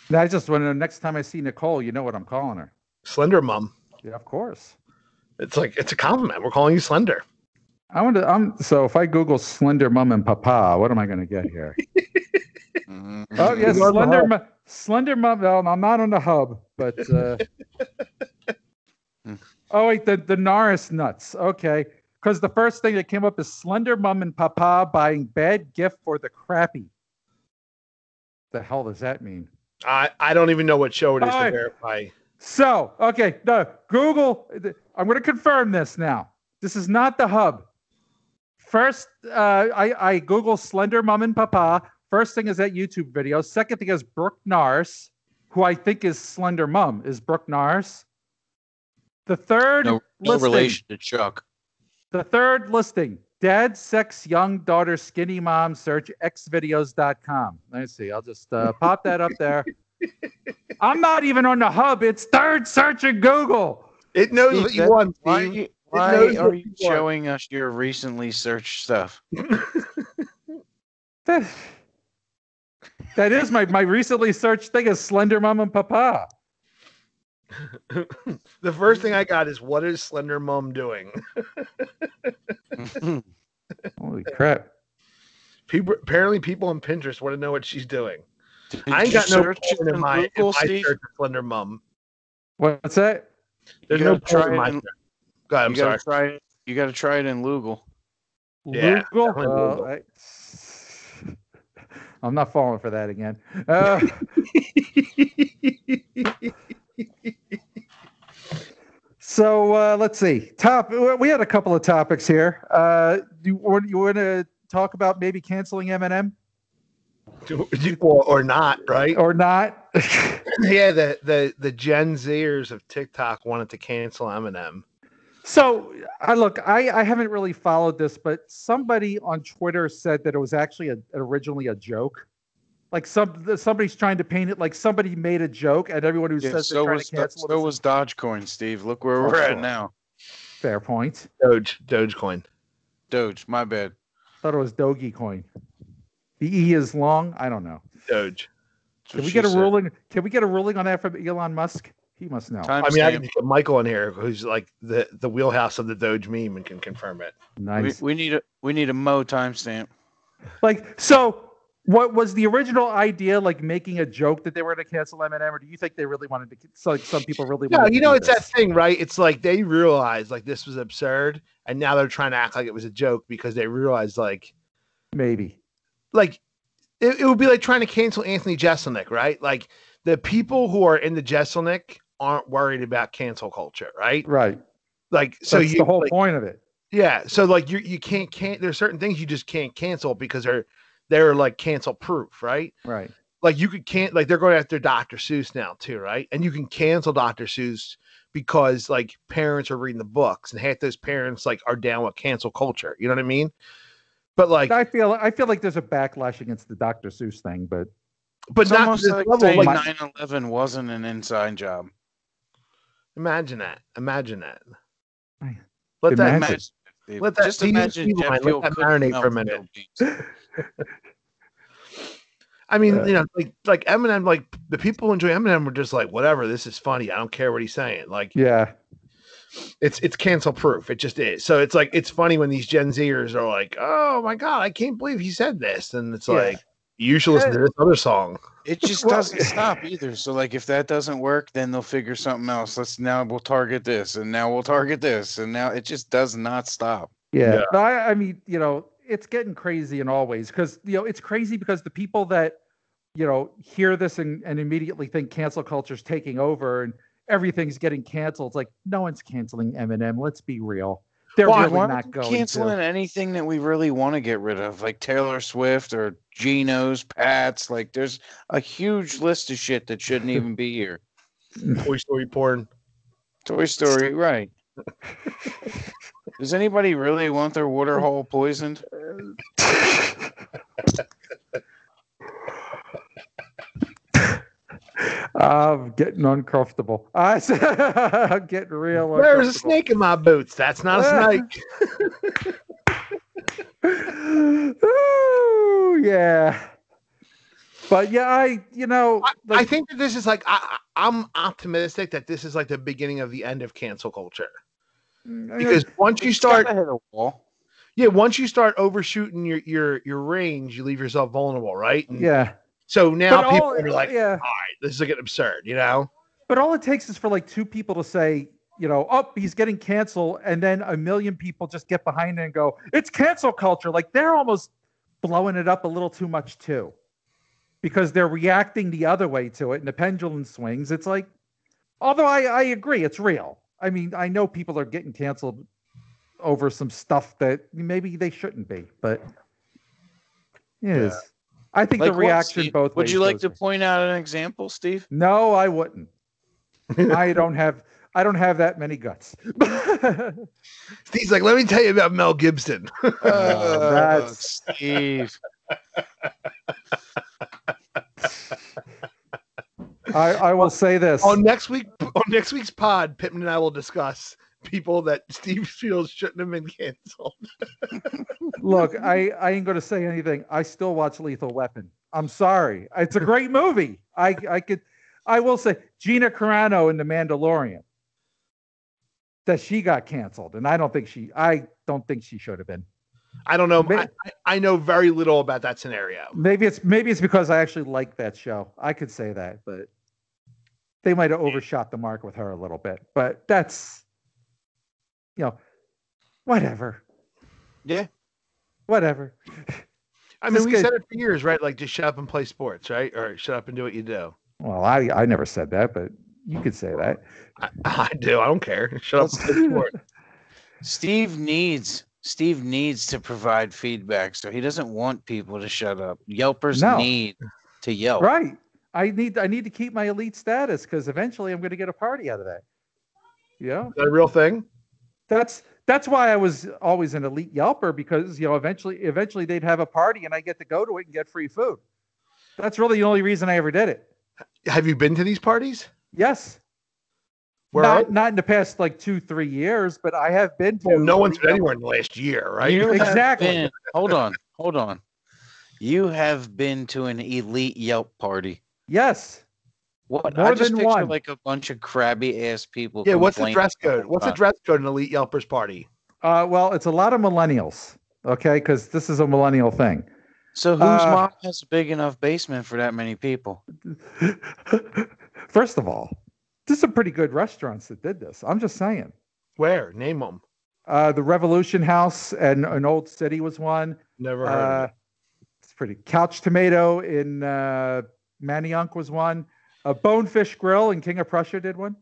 Now, I just want to know next time I see Nicole, you know what I'm calling her.
Slender mom.
Yeah, of course.
It's like it's a compliment. We're calling you slender.
I want to. I'm so if I Google Slender Mum and Papa, what am I going to get here?
Mm-hmm.
Oh yes,
You're on the
Slender
hub.
Mu- Slender Mum. No, I'm not on the hub, but uh... oh wait, the the Norris nuts. Okay, because the first thing that came up is Slender Mum and Papa buying bad gift for the crappy. The hell does that mean?
I I don't even know what show it is
Hi.
to verify.
So okay, no Google. I'm going to confirm this now. This is not the hub. First, uh, I, I Google Slender Mom and Papa. First thing is that YouTube video. Second thing is Brooke Nars, who I think is Slender Mom, is Brooke Nars. The third
No, no
listing,
relation to Chuck.
the third listing, dad, sex, young daughter, skinny mom, search xvideos.com. Let's see. I'll just uh, pop that up there. I'm not even on the hub. It's third search in Google.
It knows
Steve,
what you
that-
want,
Why,
Steve.
you- why
knows
are
what
you
you want.
showing us your recently searched stuff?
That, that is my, my recently searched thing is Slender Mom and Papa.
The first thing I got is what is Slender Mom doing?
Holy crap.
People apparently people on Pinterest want to know what she's doing.
Did
I ain't
you
got no
search it
porn in
on
my, in
Google,
my
Steve?
search of Slender Mom.
What's that?
There's
You
no
gotta try
porn in
it
my
in-
search. Go ahead, I'm
you gotta
sorry.
try it. You got to try it in Lugal.
Yeah,
Google?
definitely
Oh,
Google.
I, I'm not falling for that again. Uh, So uh, let's see. Top. We had a couple of topics here. Uh, do you want, you want to talk about maybe canceling Eminem
or, or not, right?
Oh.
or not?
Yeah, the, the the Gen Zers of TikTok wanted to cancel Eminem.
so I look. I I haven't really followed this, but somebody on Twitter said that it was actually a, originally a joke. Like some somebody's trying to paint it like somebody made a joke, and everyone who
Yeah,
says they're
so
trying
was
to
Do-
cancel
so
it is
was Dogecoin, Steve. Look where
Oh,
we're
sure.
at now.
fair point.
Doge, Dogecoin.
Doge, my bad.
Thought it was Dogecoin. The E is long. I don't know.
Doge.
Can we get a ruling? Can we get a ruling on that from Elon Musk? He must know.
Time
I mean, I can get Michael in here, who's like the the wheelhouse of the Doge meme, and can confirm it.
we,
Nice.
we need a we need a Mo timestamp.
Like so, what was the original idea? Like making a joke that they were going to cancel Eminem, or do you think they really wanted to? So like some people really.
No,
wanted
you
to
know
do
it's that
this?
thing, right? It's like they realized like this was absurd, and now they're trying to act like it was a joke because they realized like
maybe.
like it, it would be like trying to cancel Anthony Jeselnik, right? Like the people who are in the Jeselnik aren't worried about cancel culture, right?
Right.
Like
So
so
That's
you
the whole
like,
point of it.
yeah, so like you you can't can't there's certain things you just can't cancel because they're they're like cancel proof, right?
Right.
like you could can't like they're going after Dr. Seuss now too, right? And you can cancel Dr. Seuss because like parents are reading the books and half those parents like are down with cancel culture. You know what I mean? But like,
I feel. I feel like there's a backlash against the Dr. Seuss thing, but
but
it's
not to
almost
this
like
level.
saying
Like,
9/11 wasn't an inside job.
imagine that. Imagine that.
Man.
Let that.
Imagine.
Imagine, Dave.
Let that-
just
do you
imagine
see
Jeff
why? Let
Peel
that
couldn't
marinate
help
for a minute.
Bill Gates.
I mean,
Uh,
you know, like like Eminem, like the people who enjoy Eminem were just like, whatever. This is funny. I don't care what he's saying. Like
yeah.
it's it's cancel proof. It just is. So it's like it's funny when these Gen Zers are like, "Oh my god, I can't believe he said this," and it's
Yeah.
like you should listen to this other song.
It just
Well- eh,
doesn't stop either. So like if that doesn't work, then they'll figure something else. Let's now we'll target this and now we'll target this and now it just does not stop.
Yeah.
Yeah.
No, I, I mean, you know, it's getting crazy in all ways because, you know, it's crazy because the people that, you know, hear this and, and immediately think cancel culture's taking over and everything's getting canceled. It's like, no one's canceling Eminem. Let's be real. They're
Why?
really
Why
not
We're
going
Canceling
to.
anything that we really want to get rid of, like Taylor Swift or Geno's, Pat's. Like there's a huge list of shit that shouldn't even be here.
Toy Story porn.
Toy Story, right. Does anybody really want their water hole poisoned?
I'm getting uncomfortable. I said, I'm getting real.
There's a
uncomfortable.
snake in my boots. That's not a
Ah.
snake.
Ooh, yeah. But yeah, I you know
I, I
like,
think that this is like I, I- I'm optimistic that this is like the beginning of the end of cancel culture
mm, I-
because once you start,
I hit a wall.
yeah, once you start overshooting your your your range, you leave yourself vulnerable, right? And
yeah.
So now
But
people
all-
are like,
yeah.
this is getting absurd, you know?
But all it takes is for like two people to say, you know, oh, he's getting canceled, and then a million people just get behind it and go, it's cancel culture. Like they're almost blowing it up a little too much too, because they're reacting the other way to it, and the pendulum swings. It's like, although I I agree, it's real. I mean, I know people are getting canceled over some stuff that maybe they shouldn't be, but it is. I think the
what,
reaction
Steve?
both
Would
ways
you like
goes
to
wrong.
point out an example, Steve?
No, I wouldn't. I don't have I don't have that many guts.
Steve's like, let me tell you about Mel Gibson.
Oh, that's-
Steve.
I, I will say this.
on next week on next week's pod, Pittman and I will discuss people that Steve feels shouldn't have been canceled.
Look, I, I ain't gonna say anything. I still watch Lethal Weapon. I'm sorry. It's a great movie. I I could I will say Gina Carano in The Mandalorian. That she got canceled, and I don't think she I don't think she should have been.
I don't know.
Ma-
I, I I know very little about that scenario.
Maybe it's maybe it's because I actually like that show. I could say that, but they might have overshot the mark with her a little bit. But that's you know, whatever.
Yeah.
Whatever.
I
This
mean, we
guy-
said it for years, right? Like, just shut up and play sports, right? Or shut up and do what you do.
Well, I I never said that, but you could say that.
I, I do. I don't care. Shut up. And play sports.
Steve needs Steve needs to provide feedback, so he doesn't want people to shut up. Yelpers
No.
need to yelp.
Right. I need I need to keep my elite status because eventually I'm going to get a party out of that. Yeah.
Is that a real thing?
That's that's why I was always an elite Yelper because you know eventually eventually they'd have a party and I get to go to it and get free food. That's really the only reason I ever did it.
Have you been to these parties?
Yes.
Where are
not, not in the past like two three years, but I have been to.
well, no one's
elite
been
Yelp-
anywhere in the last year, right?
You have
Exactly.
been- hold on, hold on. You have been to an elite Yelp party.
Yes.
What
More
I just
than
picture
one.
like a bunch of crabby ass people.
Yeah, what's the
complaining
dress
all
code? What's the
time.
dress code in Elite Yelpers Party?
Uh, well, it's a lot of millennials. Okay, because this is a millennial thing.
So whose
Uh,
mom has a big enough basement for that many people?
First of all, there's some pretty good restaurants that did this. I'm just saying.
Where? Name them.
Uh, the Revolution House and an Old City was one.
Never heard of
Uh,
it.
it's pretty. Couch Tomato in uh, Manayunk was one. A Bonefish Grill in King of Prussia did one.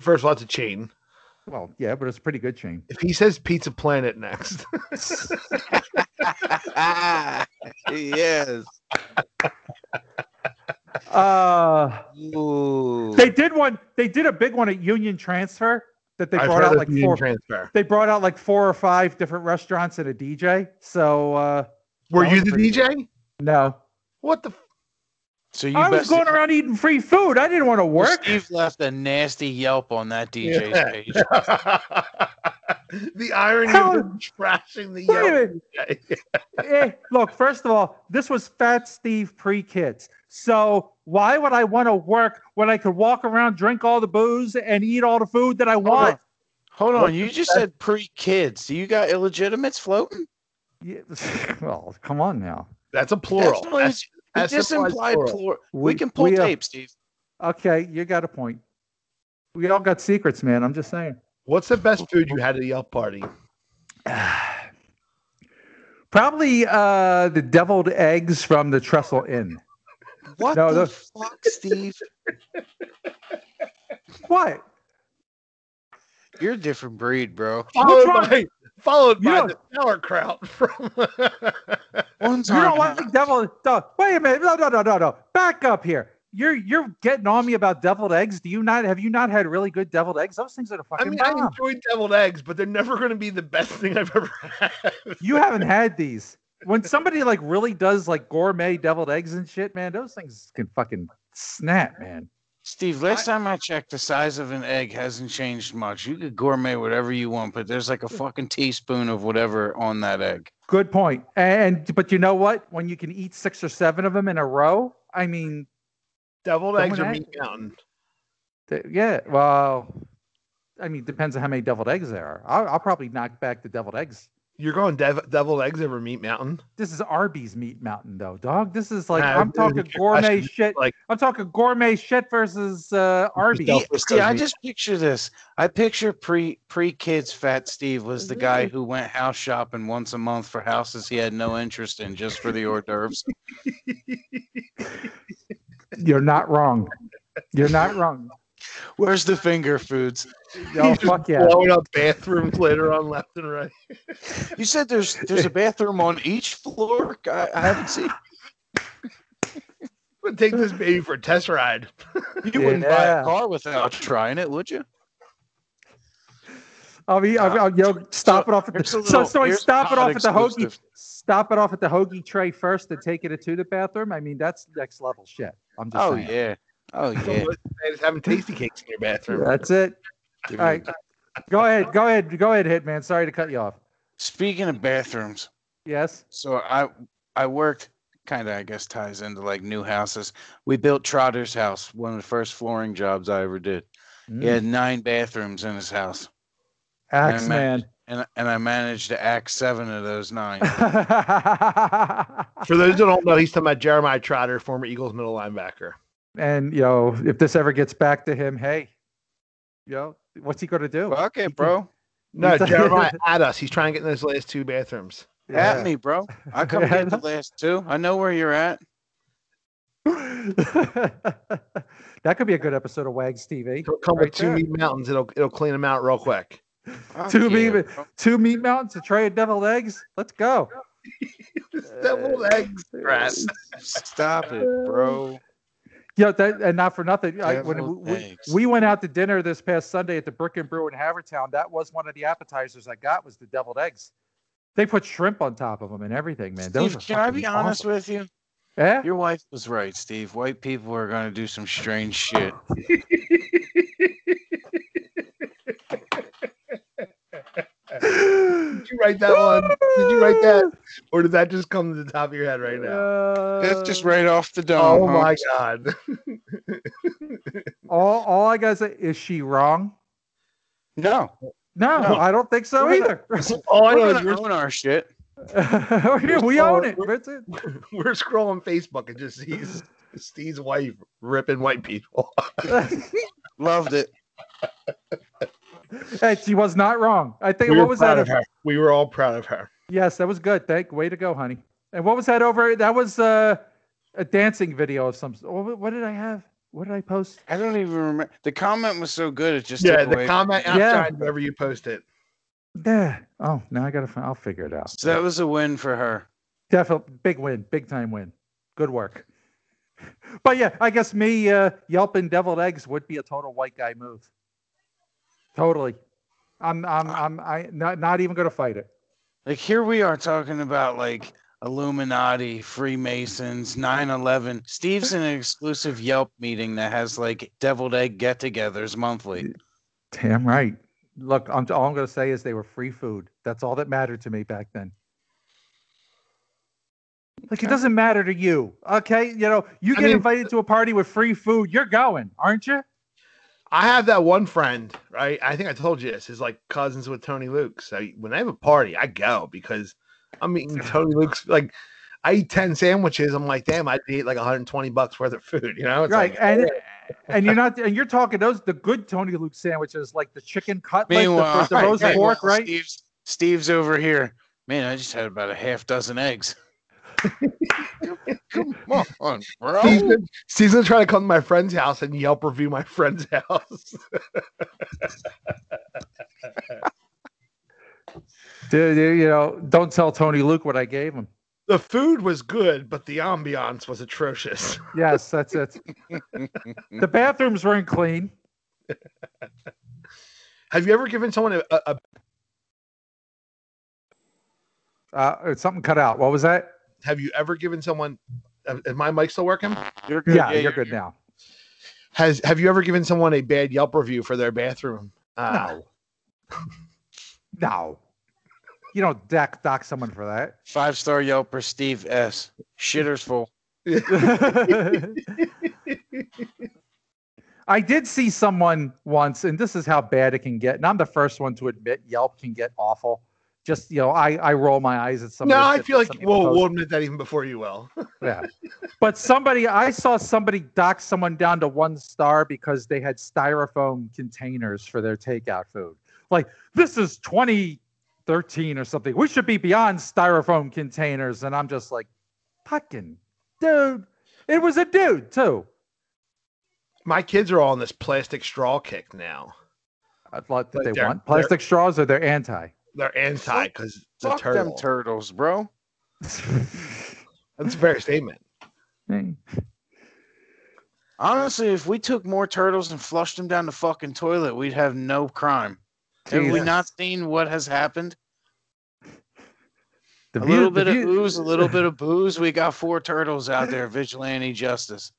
First, lots of chain.
Well, yeah, but it's a pretty good chain.
If he says Pizza Planet next,
yes.
Uh,
Ooh.
they did one. They did a big one at Union Transfer that they
I've
brought
heard
out
of
like
Union
four.
transfer.
they brought out like four or five different restaurants and a DJ. So uh,
Were
That
you
was
the
pretty
DJ?
good. no,
What the? F-
so you
I was
best-
going around eating free food. I didn't want to work.
Steve left a nasty Yelp on that DJ's
Yeah.
page.
the irony
How-
of him trashing the
Wait a
Yelp.
minute. Eh, look, first of all, this was Fat Steve pre kids. So why would I want to work when I could walk around, drink all the booze, and eat all the food that I want?
Hold
What
on, you just said pre-kids. Do you got illegitimates floating?
Yeah, well, come on now.
That's a plural.
That's not
That's-
You
that's
just
implies
implied
plural.
plural. We, can pull
we, uh,
tape, Steve.
okay, you got a point. We all got secrets, man. I'm just saying.
What's the best food you had at a Yelp party?
Probably uh, the deviled eggs from the Trestle Inn.
What
no, the-
the fuck, Steve?
What?
You're a different breed, bro.
Followed
wrong?
by, followed by
You
the sauerkraut from.
One
You
time,
don't like devil. No, wait a minute. No, no, no, no, no. Back up here. You're you're getting on me about deviled eggs. Do you not have you not had really good deviled eggs? Those things are the
I
fucking
mean, I
bomb.
enjoy deviled eggs, but they're never going to be the best thing I've ever had.
you haven't had these. When somebody like really does like gourmet deviled eggs and shit, man, those things can fucking snap, man.
Steve. Last time I checked, the size of an egg hasn't changed much. You could gourmet whatever you want, but there's like a fucking teaspoon of whatever on that egg.
Good point. And but you know what? When you can eat six or seven of them in a row, I mean,
Deviled
Someone
eggs are
had-
meat mountain.
th- yeah. Well, I mean, depends on how many deviled eggs there are. I'll, I'll probably knock back the deviled eggs.
You're going dev- deviled eggs over meat mountain?
This is Arby's meat mountain, though, dog. This is like I'm
Nah, it was a
talking
good
gourmet
question.
shit.
Like-
I'm talking gourmet shit versus uh, Arby's.
Yeah.
Yeah,
Frisco's
see, I
meat.
just picture this. I picture pre pre kids fat Steve was the guy who went house shopping once a month for houses he had no interest in just for the hors d'oeuvres.
You're not wrong. You're not wrong.
Where's the finger foods?
Oh
He's just
fuck yeah!
Blowing up bathrooms later on left and right.
You said there's there's a bathroom on each floor. I, I haven't seen.
I'm going to take this baby for a test ride.
You wouldn't buy
Yeah.
a car without trying it, would you?
I'll be, I'll, I'll, you know, stop it off at the,
here's a
so,
little-
so I
here's
stop it off
hot
at the hoagie,
exclusive.
stop it off at the hoagie tray first and take it to the bathroom. I mean, that's next level shit. I'm just
Oh
saying.
yeah. Oh yeah.
They just having tasty cakes in your bathroom.
That's it.
dude.
All right, go ahead, go ahead, go ahead, Hitman. Sorry to cut you off.
Speaking of bathrooms,
Yes.
so I I worked kind of I guess ties into like new houses. We built Trotter's house, one of the first flooring jobs I ever did. He
Mm.
had nine bathrooms in his house,
Axe man.
I meant- and and I managed to act seven of those nine.
For those that don't know, he's talking about Jeremiah Trotter, former Eagles middle linebacker.
and you know, if this ever gets back to him, hey, you know, what's he gonna do?
Fuck it, bro.
No,
He's-
Jeremiah at us. He's trying to get in those last two bathrooms.
At me, bro. I come
Yeah, I
get the
know.
last two. I know where you're at.
that could be a good episode of Wags TV.
He'll come
Right
with two
there.
meat mountains. It'll it'll clean him out real quick.
Fuck
Two
yeah,
me-
bro.
Two meat mountains, a tray of deviled eggs. Let's go.
Deviled eggs. Rat.
Stop it, bro.
Yeah, that and not for nothing. I, when
Deviled
we- we,
eggs.
we went out to dinner this past Sunday at the Brick and Brew in Havertown, that was one of the appetizers I got was the deviled eggs. They put shrimp on top of them and everything, man. Those
Steve,
are
can I
fucking
be honest
awesome.
with you?
Yeah,
Your wife was right, Steve. White people are going to do some strange shit.
Did you write that one? Did you write that? Or did that just come to the top of your head right now?
Uh,
That's just right off the dome.
oh
huh?
my god.
all all I gotta say is she wrong?
No.
No,
No.
I don't think so either.
All I
We're
know is
gonna
we're
own-
doing our shit.
we own it. That's it.
We're scrolling Facebook and just sees Steve's wife ripping white people.
Loved it.
Hey, she was not wrong. I think
We were
what was
proud
that?
of her. We were all proud of her.
Yes, that was good. Thank way to go, honey. And what was that over? That was uh, a dancing video of some. What, what did I have? What did I post?
I don't even remember. The comment was so good. It just
yeah,
took
the
away.
comment
Yeah.
outside whenever you post it.
Yeah. Oh, now I gotta. Find, I'll figure it out.
so that was a win for her.
Definitely big win, big time win. Good work. But yeah, I guess me uh, yelping deviled eggs would be a total white guy move. Totally. I'm I'm I'm I not not even gonna fight it.
Like here we are talking about like Illuminati, Freemasons, 9/11. Steve's in an exclusive Yelp meeting that has like deviled egg get-togethers monthly.
Damn right. Look, I'm, all I'm gonna say is they were free food. That's all that mattered to me back then. Like it
Okay.
doesn't matter to you, okay? You know, you
I
get
mean-
invited to a party with free food, you're going, aren't you?
I have that one friend, right? I think I told you this. Is like cousins with Tony Luke. So when I have a party, I go because I'm eating Tony Luke's. Like I eat ten sandwiches. I'm like, damn, I eat like 120 bucks worth of food. You know, It's
right,
like,
and and you're not, and you're talking those the good Tony Luke sandwiches, like the chicken cutlet, the,
Meanwhile,
the roast
right,
pork,
meanwhile,
right?
Steve's, Steve's over here. Man, I just had about a half dozen eggs. Come on, bro.
Steve's gonna- Steve's gonna try to come to my friend's house and Yelp review my friend's house.
Dude, you you know, don't tell Tony Luke what I gave him.
the food was good, but the ambiance was atrocious.
Yes, that's it. the bathrooms weren't clean.
Have you ever given someone a, a, a
Uh, something cut out. What was that?
Have you ever given someone? uh, Is my mic still working?
You're
Yeah, you're good now.
Has Have you ever given someone a bad Yelp review for their bathroom? Uh,
No. no. You don't dock, dock someone for that.
Five star Yelper Steve S. Shitter's full.
I did see someone once, and this is how bad it can get. And I'm the first one to admit Yelp can get awful. Just you know, I, I roll my eyes at some. of
No,
the
I
shit
feel
that
like
some people
we'll,
post.
we'll admit that even before you will.
Yeah. But somebody, I saw somebody dock someone down to one star because they had styrofoam containers for their takeout food. Like, this is 2013 or something. We should be beyond styrofoam containers. And I'm just like, fucking dude. It was a dude, too.
My kids are all on this plastic straw kick now.
I thought that
Like
they
they're-
want plastic straws or they're anti.
They're anti because it's a
Fuck
turtle.
them turtles, bro.
That's a fair statement.
Honestly, if we took more turtles and flushed them down the fucking toilet, we'd have no crime. Have we
Jesus.
not seen what has happened?
The
a
view-
little
the
bit of
view-
ooze, a little bit of booze. We got four turtles out there. Vigilante justice.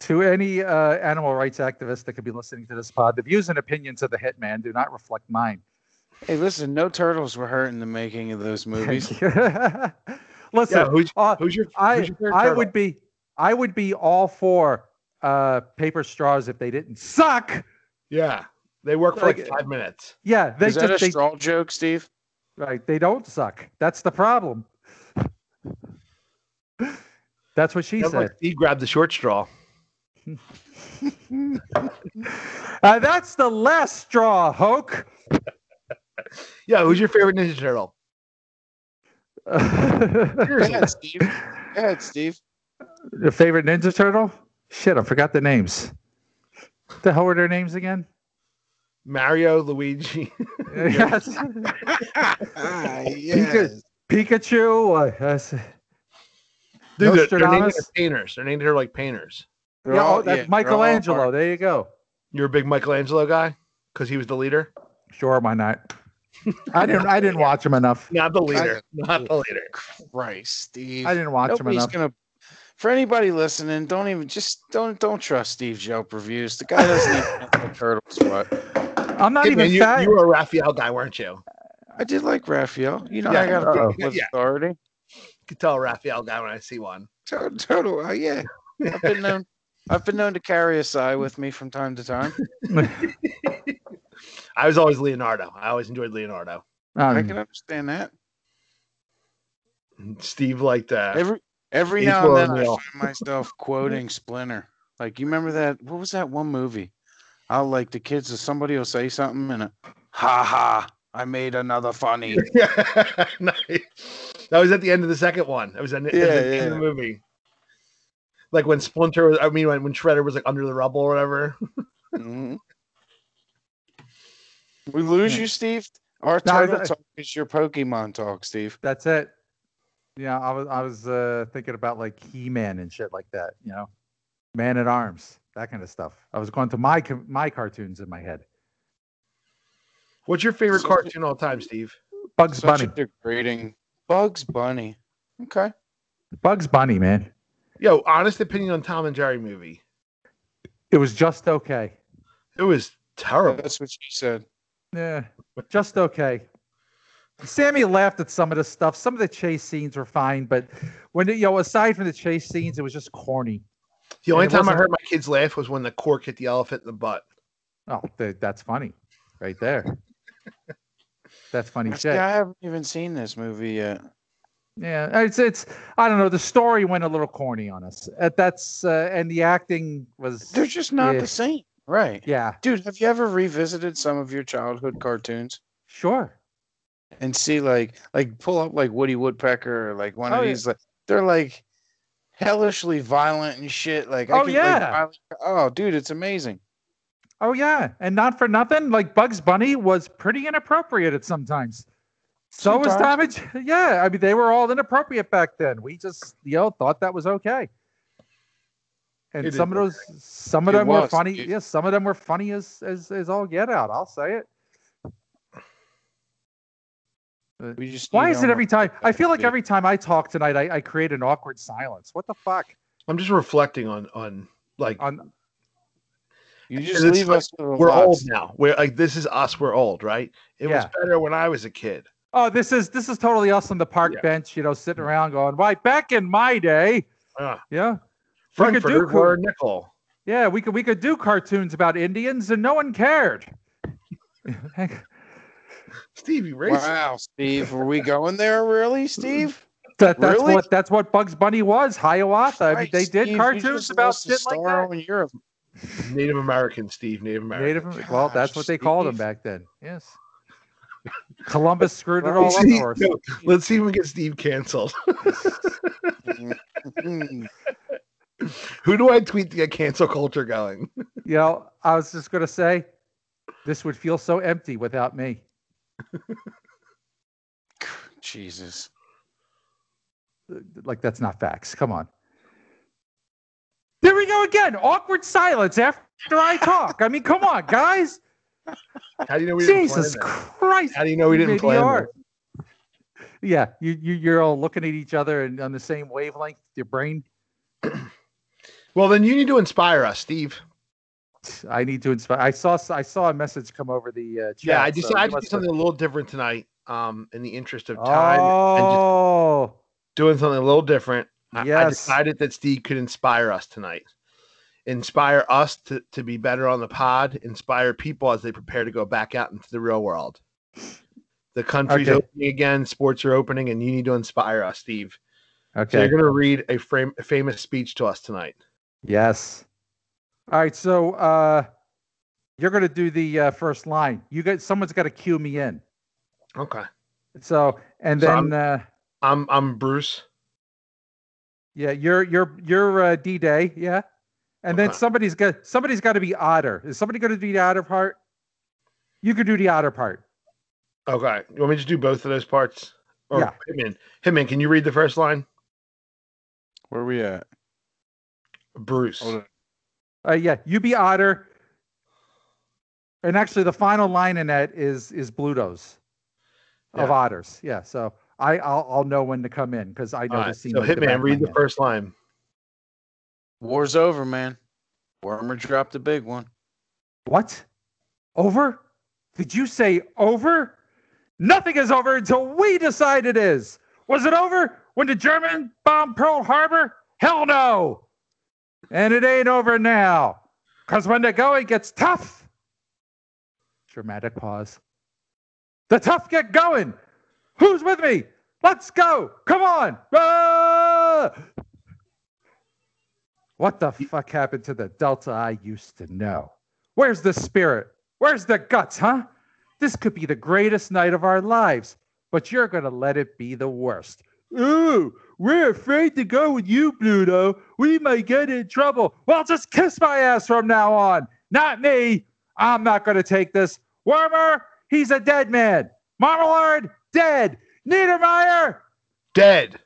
To any uh, animal rights activist that could be listening to this pod, the views and opinions of the hitman do not reflect mine.
Hey, listen, no turtles were hurt in the making of those movies.
Thank you. Listen,
Yeah, who's,
uh,
who's your?
I
who's your favorite
I
turtle?
would be I would be all for uh, paper straws if they didn't suck.
Yeah, they work for like
Like-
five minutes.
Yeah, they
Is that
just
a
they,
straw joke, Steve?
right they don't suck. That's the problem. That's what she
That's
said.
like Steve grabbed the short straw.
Uh, that's the last straw, Hoke.
Yeah, who's your favorite Ninja Turtle?
Go
Seriously.
ahead, Steve. Go ahead, Steve.
Your favorite Ninja Turtle? Shit, I forgot the names. The hell were their names again?
Mario, Luigi.
yes.
Ah,
yes. Pikachu. Uh, yes.
Dude, they're, they're named
Nostradamus?
after painters. They're named after like painters.
They're
Yeah,
all-
oh,
yeah,
that's
they're all
Michelangelo.
part-
There you go.
You're a big Michelangelo guy because he was the leader.
Sure, why not? I didn't. I didn't watch him enough.
Not the
leader.
Not the leader.
Right, Steve.
I didn't watch him
Nobody's
enough.
gonna. For anybody listening, don't even just don't don't trust Steve's Yelp reviews. The guy doesn't even like the turtles. What
I'm not even
you,
fat.
you were a Raphael guy, weren't you? You
I did like Raphael. You know,
Yeah,
I got
uh-oh.
a big with
Yeah.
authority.
could tell a Raphael guy when I see one.
Tur- Turtle. Oh yeah, I've been known. I've been known to carry a sigh with me from time to time.
I was always Leonardo. I always enjoyed Leonardo.
I
Um,
can understand that.
Steve liked uh, that.
Every every
Each
now and
one
then I
will.
find myself quoting Splinter. Like you remember that? What was that one movie? I'll like the kids or somebody will say something and uh, ha ha. I made another funny.
nice. That was at the end of the second one. It was at the,
Yeah,
at the end
yeah.
of the movie. Like when Splinter, was, I mean, when, when Shredder was like under the rubble or whatever.
Mhm. We lose you, Steve. Our
No, I
turtle
don't-
talk is your Pokemon talk, Steve.
that's it. Yeah, I was I was uh, thinking about like He Man and shit like that. You know, Man at Arms, that kind of stuff. I was going to my ca- my cartoons in my head.
What's your favorite
So-
cartoon all time, Steve?
Bugs
Such a
Bunny.
degrading Bugs Bunny. Okay.
Bugs Bunny, man.
Yo, honest opinion on Tom and Jerry movie.
It was just okay.
It was terrible.
That's what she said.
Yeah, just okay. Sammy laughed at some of the stuff. Some of the chase scenes were fine, but when you know, aside from the chase scenes, it was just corny.
The only
it
time I
wasn't-
heard my kids laugh was when the cork hit the elephant in the butt.
Oh, th- that's funny, right there. That's funny
I see,
shit.
I haven't even seen this movie yet.
Yeah, it's it's. I don't know. The story went a little corny on us. Uh, that's uh, and the acting was.
They're just not
Yeah.
the same. Right.
Yeah,
Dude, have you ever revisited some of your childhood cartoons
sure.
and see like like pull up like Woody Woodpecker or like one
Oh,
of
yeah.
these like they're like hellishly violent and shit. Like
Oh,
could, like,
yeah.
violent- oh dude, it's amazing.
Oh yeah, and not for nothing, like Bugs Bunny was pretty inappropriate at sometimes. So was Tom and Jer- Yeah, I mean they were all inappropriate back then. We just you know thought that was okay. And
It is
some of those, some of
It
them were
was.
funny.
It-
yeah, some of them were funny as as as all get out. I'll say it.
We just
Why
need
is it
Elmer
every time? I feel like
Fudd.
every time I talk tonight, I, I create an awkward silence. What the fuck?
I'm just reflecting on on like
On
You just
it's
leave
like,
us. with a
we're
lot.
old now. We're like this is us. We're old, right? It was
Yeah.
better when I was a kid.
oh, this is this is totally us on the park
Yeah.
bench, you know, sitting
Mm-hmm.
around going, "Why back in my day,
Ah,
yeah." We could do
Frankfurter
cool-
were a nickel.
Yeah, we could we could do cartoons about Indians and no one cared.
Stevie racist.
Wow, Steve, were we going there really, Steve?
That, that's
Really?
what that's what Bugs Bunny was, Hiawatha. I mean, they
Christ,
did
Steve, you
cartoons
just
about
lost a
shit like
star
that.
on Europe.
Native American, Steve. Native American.
Native, well, that's what they called them
Steve.
back then. Yes. Columbus screwed it all up
See,
for us.
no, let's see if we get Steve canceled.
Mm,
Who do I tweet to get cancel culture going?
You know, I was just gonna say, this would feel so empty without me.
Jesus.
Like that's not facts. Come on. There we go again. Awkward silence after I talk. I mean, come on, guys.
How do you know we didn't plan
Jesus
that?
Christ.
How do you know we didn't
Maybe
plan
you
that?
are. Yeah, you, you you're all looking at each other and on the same wavelength. Your brain.
Well, then you need to inspire us, Steve.
I need to inspire. I saw I saw a message come over the uh, chat.
Yeah, I
so
decided
you
to do
must have-
something a little different tonight. Um, in the interest of time,
Oh,
doing something a little different. I- I
Yes.
decided that Steve could inspire us tonight. Inspire us to, to be better on the pod, inspire people as they prepare to go back out into the real world. The country's
Okay.
opening again, sports are opening, and you need to inspire us, Steve. So
okay.
you're going to read a, frame, a famous speech to us tonight.
yes. All right. So uh, you're gonna do the uh, first line. You got someone's got to cue me in.
Okay.
So and
So
then uh,
I'm I'm Bruce.
yeah, you're you're you're uh, D Day. Yeah, and then
Okay.
somebody's got somebody's got to be Otter. Is somebody gonna do the Otter part? You could do the Otter part.
Okay. You want me to just do both of those parts? Or
Yeah.
Hitman. Hitman, can you read the first line?
Where we at?
Bruce.
Hold on.
Uh, yeah, you be Otter. And actually, the final line in that is is Bluto's of
Yeah.
Otters. Yeah, so I I'll, I'll know when to come in because I know
All right.
this
So
scene. like the back
Hitman,
of
read
my
the
hand.
first line.
War's over, man. Wormer dropped the big one.
What? Over? Did you say over? Nothing is over until we decide it is. Was it over when the German bombed Pearl Harbor? Hell no. And it ain't over now. Because when the going gets tough, dramatic pause. The tough get going. Who's with me? Let's go. Come on. Ah! What the fuck happened to the Delta I used to know? Where's the spirit? Where's the guts, huh? This could be the greatest night of our lives, but you're going to let it be the worst. Ooh, we're afraid to go with you, Pluto. We may get in trouble. Well, just kiss my ass from now on. Not me. I'm not going to take this. Wormer, he's a dead man. Marmalard, dead. Niedermeyer,
Dead.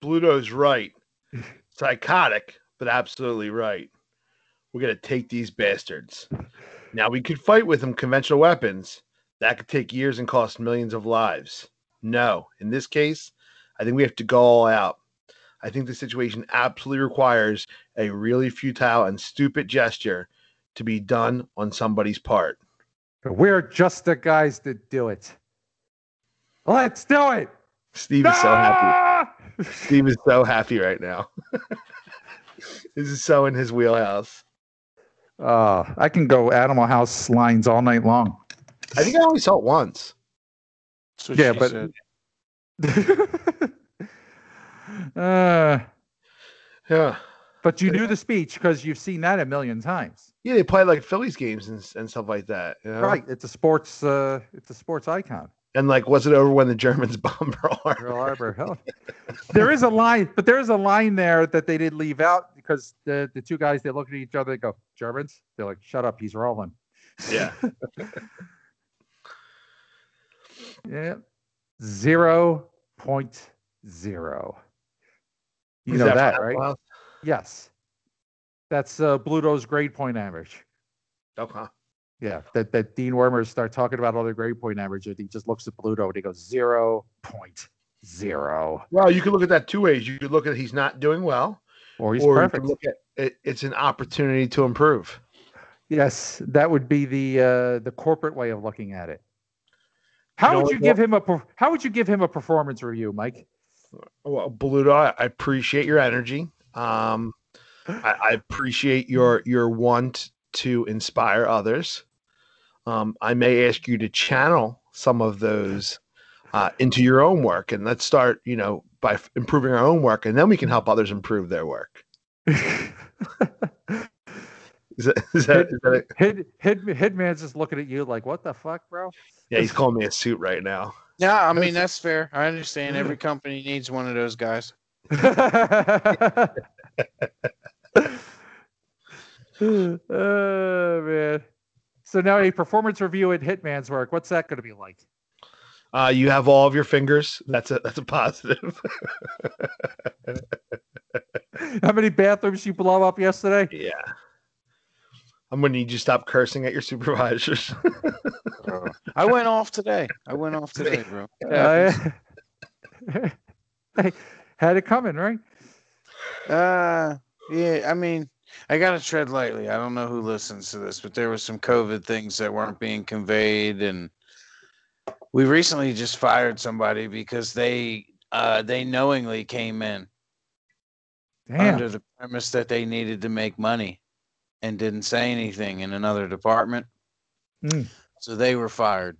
Pluto's right. Psychotic, but absolutely right. We're gonna take these bastards. Now we could fight with them conventional weapons. That could take years and cost millions of lives. No, in this case, I think we have to go all out. I think the situation absolutely requires a really futile and stupid gesture to be done on somebody's part.
we're just the guys that do it. Let's do it.
Steve is so happy.
Ah!
Steve is so happy right now. this is so in his wheelhouse.
Uh, I can go Animal House lines all night long.
I think I only saw it once.
That's what
Yeah,
she
but-
said.
uh,
Yeah.
but you knew the speech because you've seen that a million times,
Yeah, they play like Phillies games and, and stuff like that. you know?
right? It's a sports. Uh, it's a sports icon.
And like, was it over when the Germans bombed Pearl Harbor?
Pearl Harbor. Hell, there is a line, but there is a line there that they did leave out because the the two guys they look at each other, they go Germans. They're like, shut up, he's rolling.
Yeah.
Yeah, zero point zero. You
Is
know
that
that,
from
right?
Outlaws?
Yes, that's uh, Bluto's grade point average.
Okay.
Yeah, that, that Dean Wormer start talking about all their grade point averages. He just looks at Pluto and he goes zero point zero,
Well, you could look at that two ways. You could look at he's not doing well,
or he's
or
perfect.
you could look at it, it's an opportunity to improve.
yes, that would be the uh, the corporate way of looking at it. How
know
would
what-
you give him a per- How would you give him a performance review, Mike?
Well, Bluto, I I appreciate your energy. Um, I, I appreciate your your want to inspire others. Um, I may ask you to channel some of those uh, into your own work, and let's start, you know, by f- improving our own work, and then we can help others improve their work. Is that, is that, is that it?
Hid, Hid, Hidman's just looking at you like, "What the fuck, bro?"
Yeah, he's calling me a suit right now.
No, I mean that's fair. I understand every company needs one of those guys.
oh Oh, man. So now a performance review at Hitman's work. What's that going to be like?
Uh, you have all of your fingers. That's a that's a positive.
How many bathrooms you blow up yesterday?
yeah. I'm gonna need you to stop cursing at your supervisors.
Oh.
I went off today. I went off today, bro.
Uh, hey, had it coming, right?
Uh, yeah. I mean, I gotta tread lightly. I don't know who listens to this, but there was some COVID things that weren't being conveyed, and we recently just fired somebody because they uh, they knowingly came in
Damn.
under the premise that they needed to make money, and didn't say anything in another department.
Mm.
So they were fired.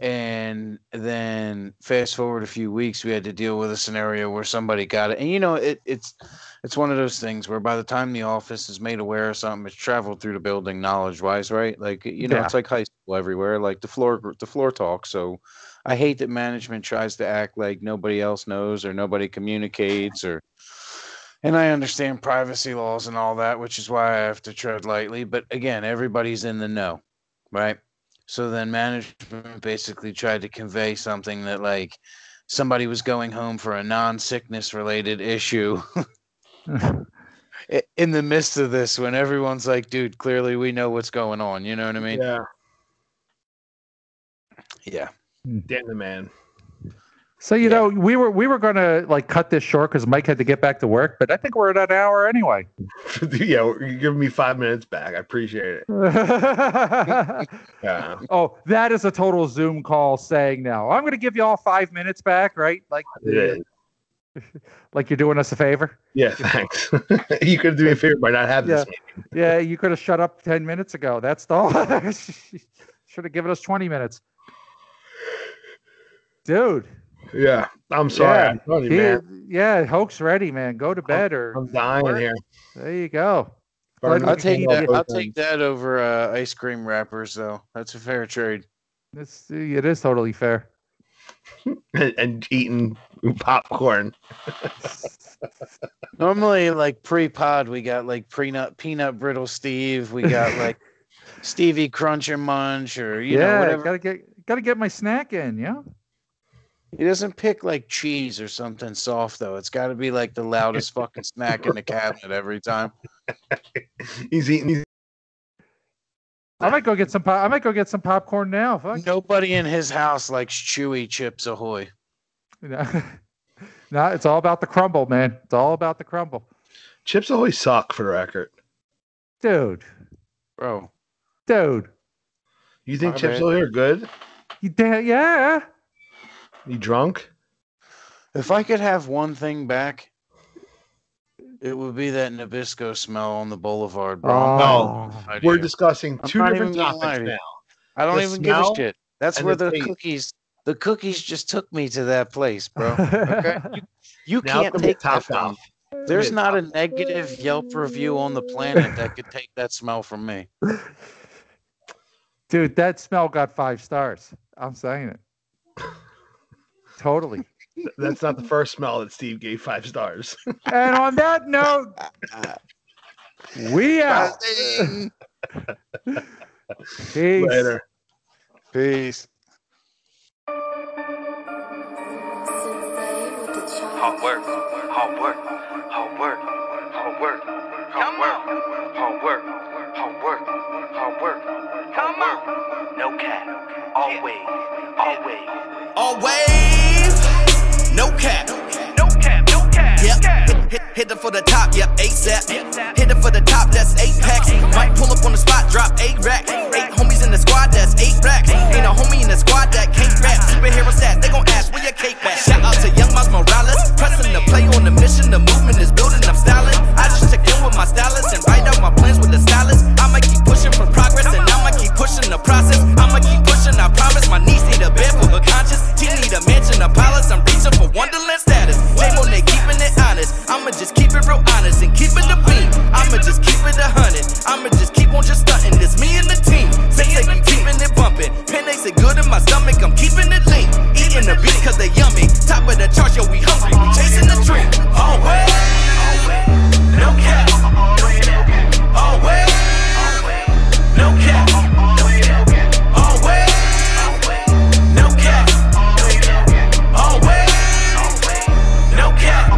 And then fast forward a few weeks, we had to deal with a scenario where somebody got it. And you know, it, it's it's one of those things where by the time the office is made aware of something, it's traveled through the building knowledge wise, right? Like you know,
Yeah.
it's like high school everywhere, like the floor the floor talk. So I hate that management tries to act like nobody else knows or nobody communicates or and I understand privacy laws and all that, which is why I have to tread lightly. But again, everybody's in the know, right? So then management basically tried to convey something that like somebody was going home for a non-sickness related issue i- in the midst of this when everyone's like, dude, clearly we know what's going on. You know what I mean?
yeah.
Yeah.
Damn the man.
So you
Yeah.
know, we were we were going to like cut this short because Mike had to get back to work, but I think we're at an hour anyway.
yeah, you're giving me five minutes back. I appreciate it. Yeah.
Oh, that is a total Zoom call saying now. I'm going to give you all five minutes back, right? Like,
It is.
like you're doing us a favor.
Yeah, thanks. you could do me a favor by not having
Yeah.
this meeting.
Yeah, you could have shut up ten minutes ago. That's all. Should have given us twenty minutes, dude.
Yeah, I'm sorry.
Yeah.
I'm telling you,
he-
man.
yeah, hoax ready, man. Go to bed or
Um,
I'm dying
Work.
here.
there you go.
Burning
I'll
the
take
candle at
that-
both
I'll take
ends.
that over uh, ice cream wrappers, though. That's a fair trade.
It's it is totally fair.
and, and eating popcorn.
Normally, like pre-pod, we got like peanut peanut brittle Steve. We got like Stevie Crunch or Munch or you know
yeah,
whatever.
gotta get gotta get my snack in. Yeah,
He doesn't pick like cheese or something soft though. It's got to be like the loudest fucking snack in the cabinet every time.
He's eating. He's,
I might go get some. Pop, I might go get some popcorn now. Fuck.
Nobody in his house likes chewy chips ahoy.
You know? no, it's all about the crumble, man. It's all about the crumble,
chips always suck for the record.
dude.
Bro,
Dude,
You think
My
chips
bad.
always are good?
you da- yeah.
You drunk?
if I could have one thing back, it would be that Nabisco smell on the boulevard, bro. I'm not
Oh.
gonna lie to
We're
you.
discussing
I'm
two
not
different
even gonna lie
topics
to
now.
you. I don't
the
even
smell
give a shit. That's
and
where
the
the
taste.
cookies the cookies just took me to that place,
Oh.
bro. Okay. You, you
Now
can't
come
take
top
that from.
off.
me. There's not a negative Yelp review on the planet that could take that smell from me.
Dude, that smell got five stars. I'm saying it. Totally.
That's not the first smell that Steve gave five stars.
And on that note, we out.
Buzzing.
Peace.
Later.
Peace.
Hard work, hard work, hard work, hard work, hard work, hard work, hard work, hard work, hard work. No cap, always, always.
Always, no cap.
No cap, no cap.
Yep,
cap.
hit, hit, hit it for the top, yep, ASAP. Hit it for the top, that's eight packs. Might pull up on the spot, drop eight rack. Eight homies in the squad, that's eight racks. Ain't a homie in the squad that can't rap. Superhero stats, they gon' ask where your cake at. Shout out to Young Miles Morales, pressing the play on the mission. The movement is building, I'm styling. I just check in with my stylist and write out my plans with the stylist. I'ma keep pushing for progress and I'ma keep pushing the process. I'ma keep pushing, I promise. My niece need a bed for her conscience. She need a mansion, a palace. I'm reaching for Wonderland status. Same on they keeping it honest. I'ma just keep it real honest and keep it the beat. I'ma just keep it a hundred. I'ma just keep on just stunting. It's me and the team. Say they be keeping it bumping. Pen they say good in my stomach. I'm keeping it lean. Eating the beat cause they yummy. Top of the charts, yo, we hungry. We chasing the dream. Always. No cap. Always. No cap. Always. No cap. Always. No cap.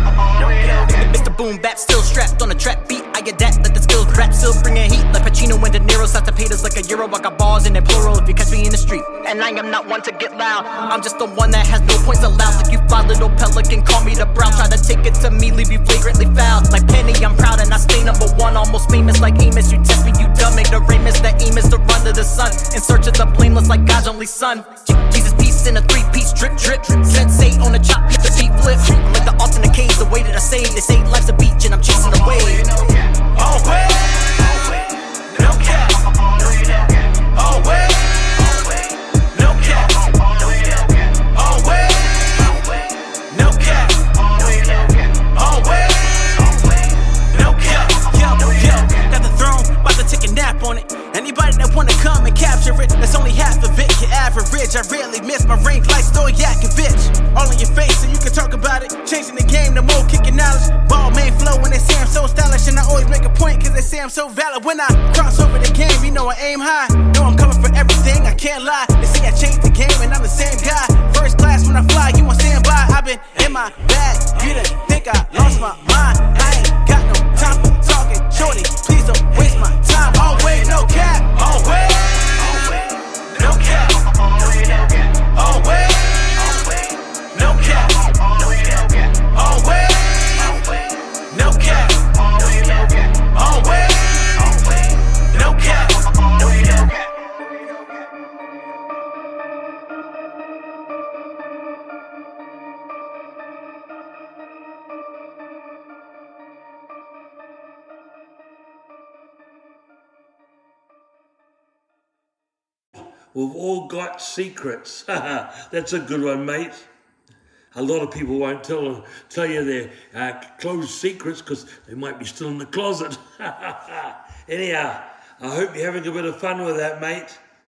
Mr. Boom Bap still strapped on a trap beat. I adapt like the skills rap, still bringing heat like Pacino and De Niro. Size to potatoes like a euro. I got balls in the plural if you catch me in the street. And I am not one to get loud. I'm just the one that has no points allowed. Like you fly little pelican, call me the brown. Try to take it to me, leave you flagrantly foul. Like Penny, I'm proud and I stay number one. Almost famous like Amos. You test me, you dumb. Ignoramus, that aim is to run to the sun. In search of the blameless like God's only son. Jesus, peace in a three piece drip drip. Sensei on a chop, hit the deep flip. I'm like the alt in the cage, the way that I say. They say life's a beach and I'm chasing the wave.
Always. No cap. Always. No cap. Always. No cap. Always. No cap.
Yo, yo, got the throne, about to take a nap on it. Anybody that wanna come and capture it, that's only half of it. Your average, I really miss my ring like Stoyakovich. All in your face, so you can talk about it. Changing the game, the more kicking knowledge. Ball man flow when they say I'm so stylish, and I always make a point, cause they say I'm so valid. When I cross over the game, you know I aim high. Know I'm coming for everything, I can't lie. They say I changed the game, and I'm the same guy. First class when I fly, you on standby. I've been in my bag, you done think I lost my mind. I ain't got no time for talking, shorty. Please don't waste my time. Always no cap.
Always. No cap. Always. No cap. Always. No cap. Always. No cap.
We've all got secrets. That's a good one, mate. A lot of people won't tell tell you their uh, closed secrets because they might be still in the closet. Anyhow, I hope you're having a bit of fun with that, mate.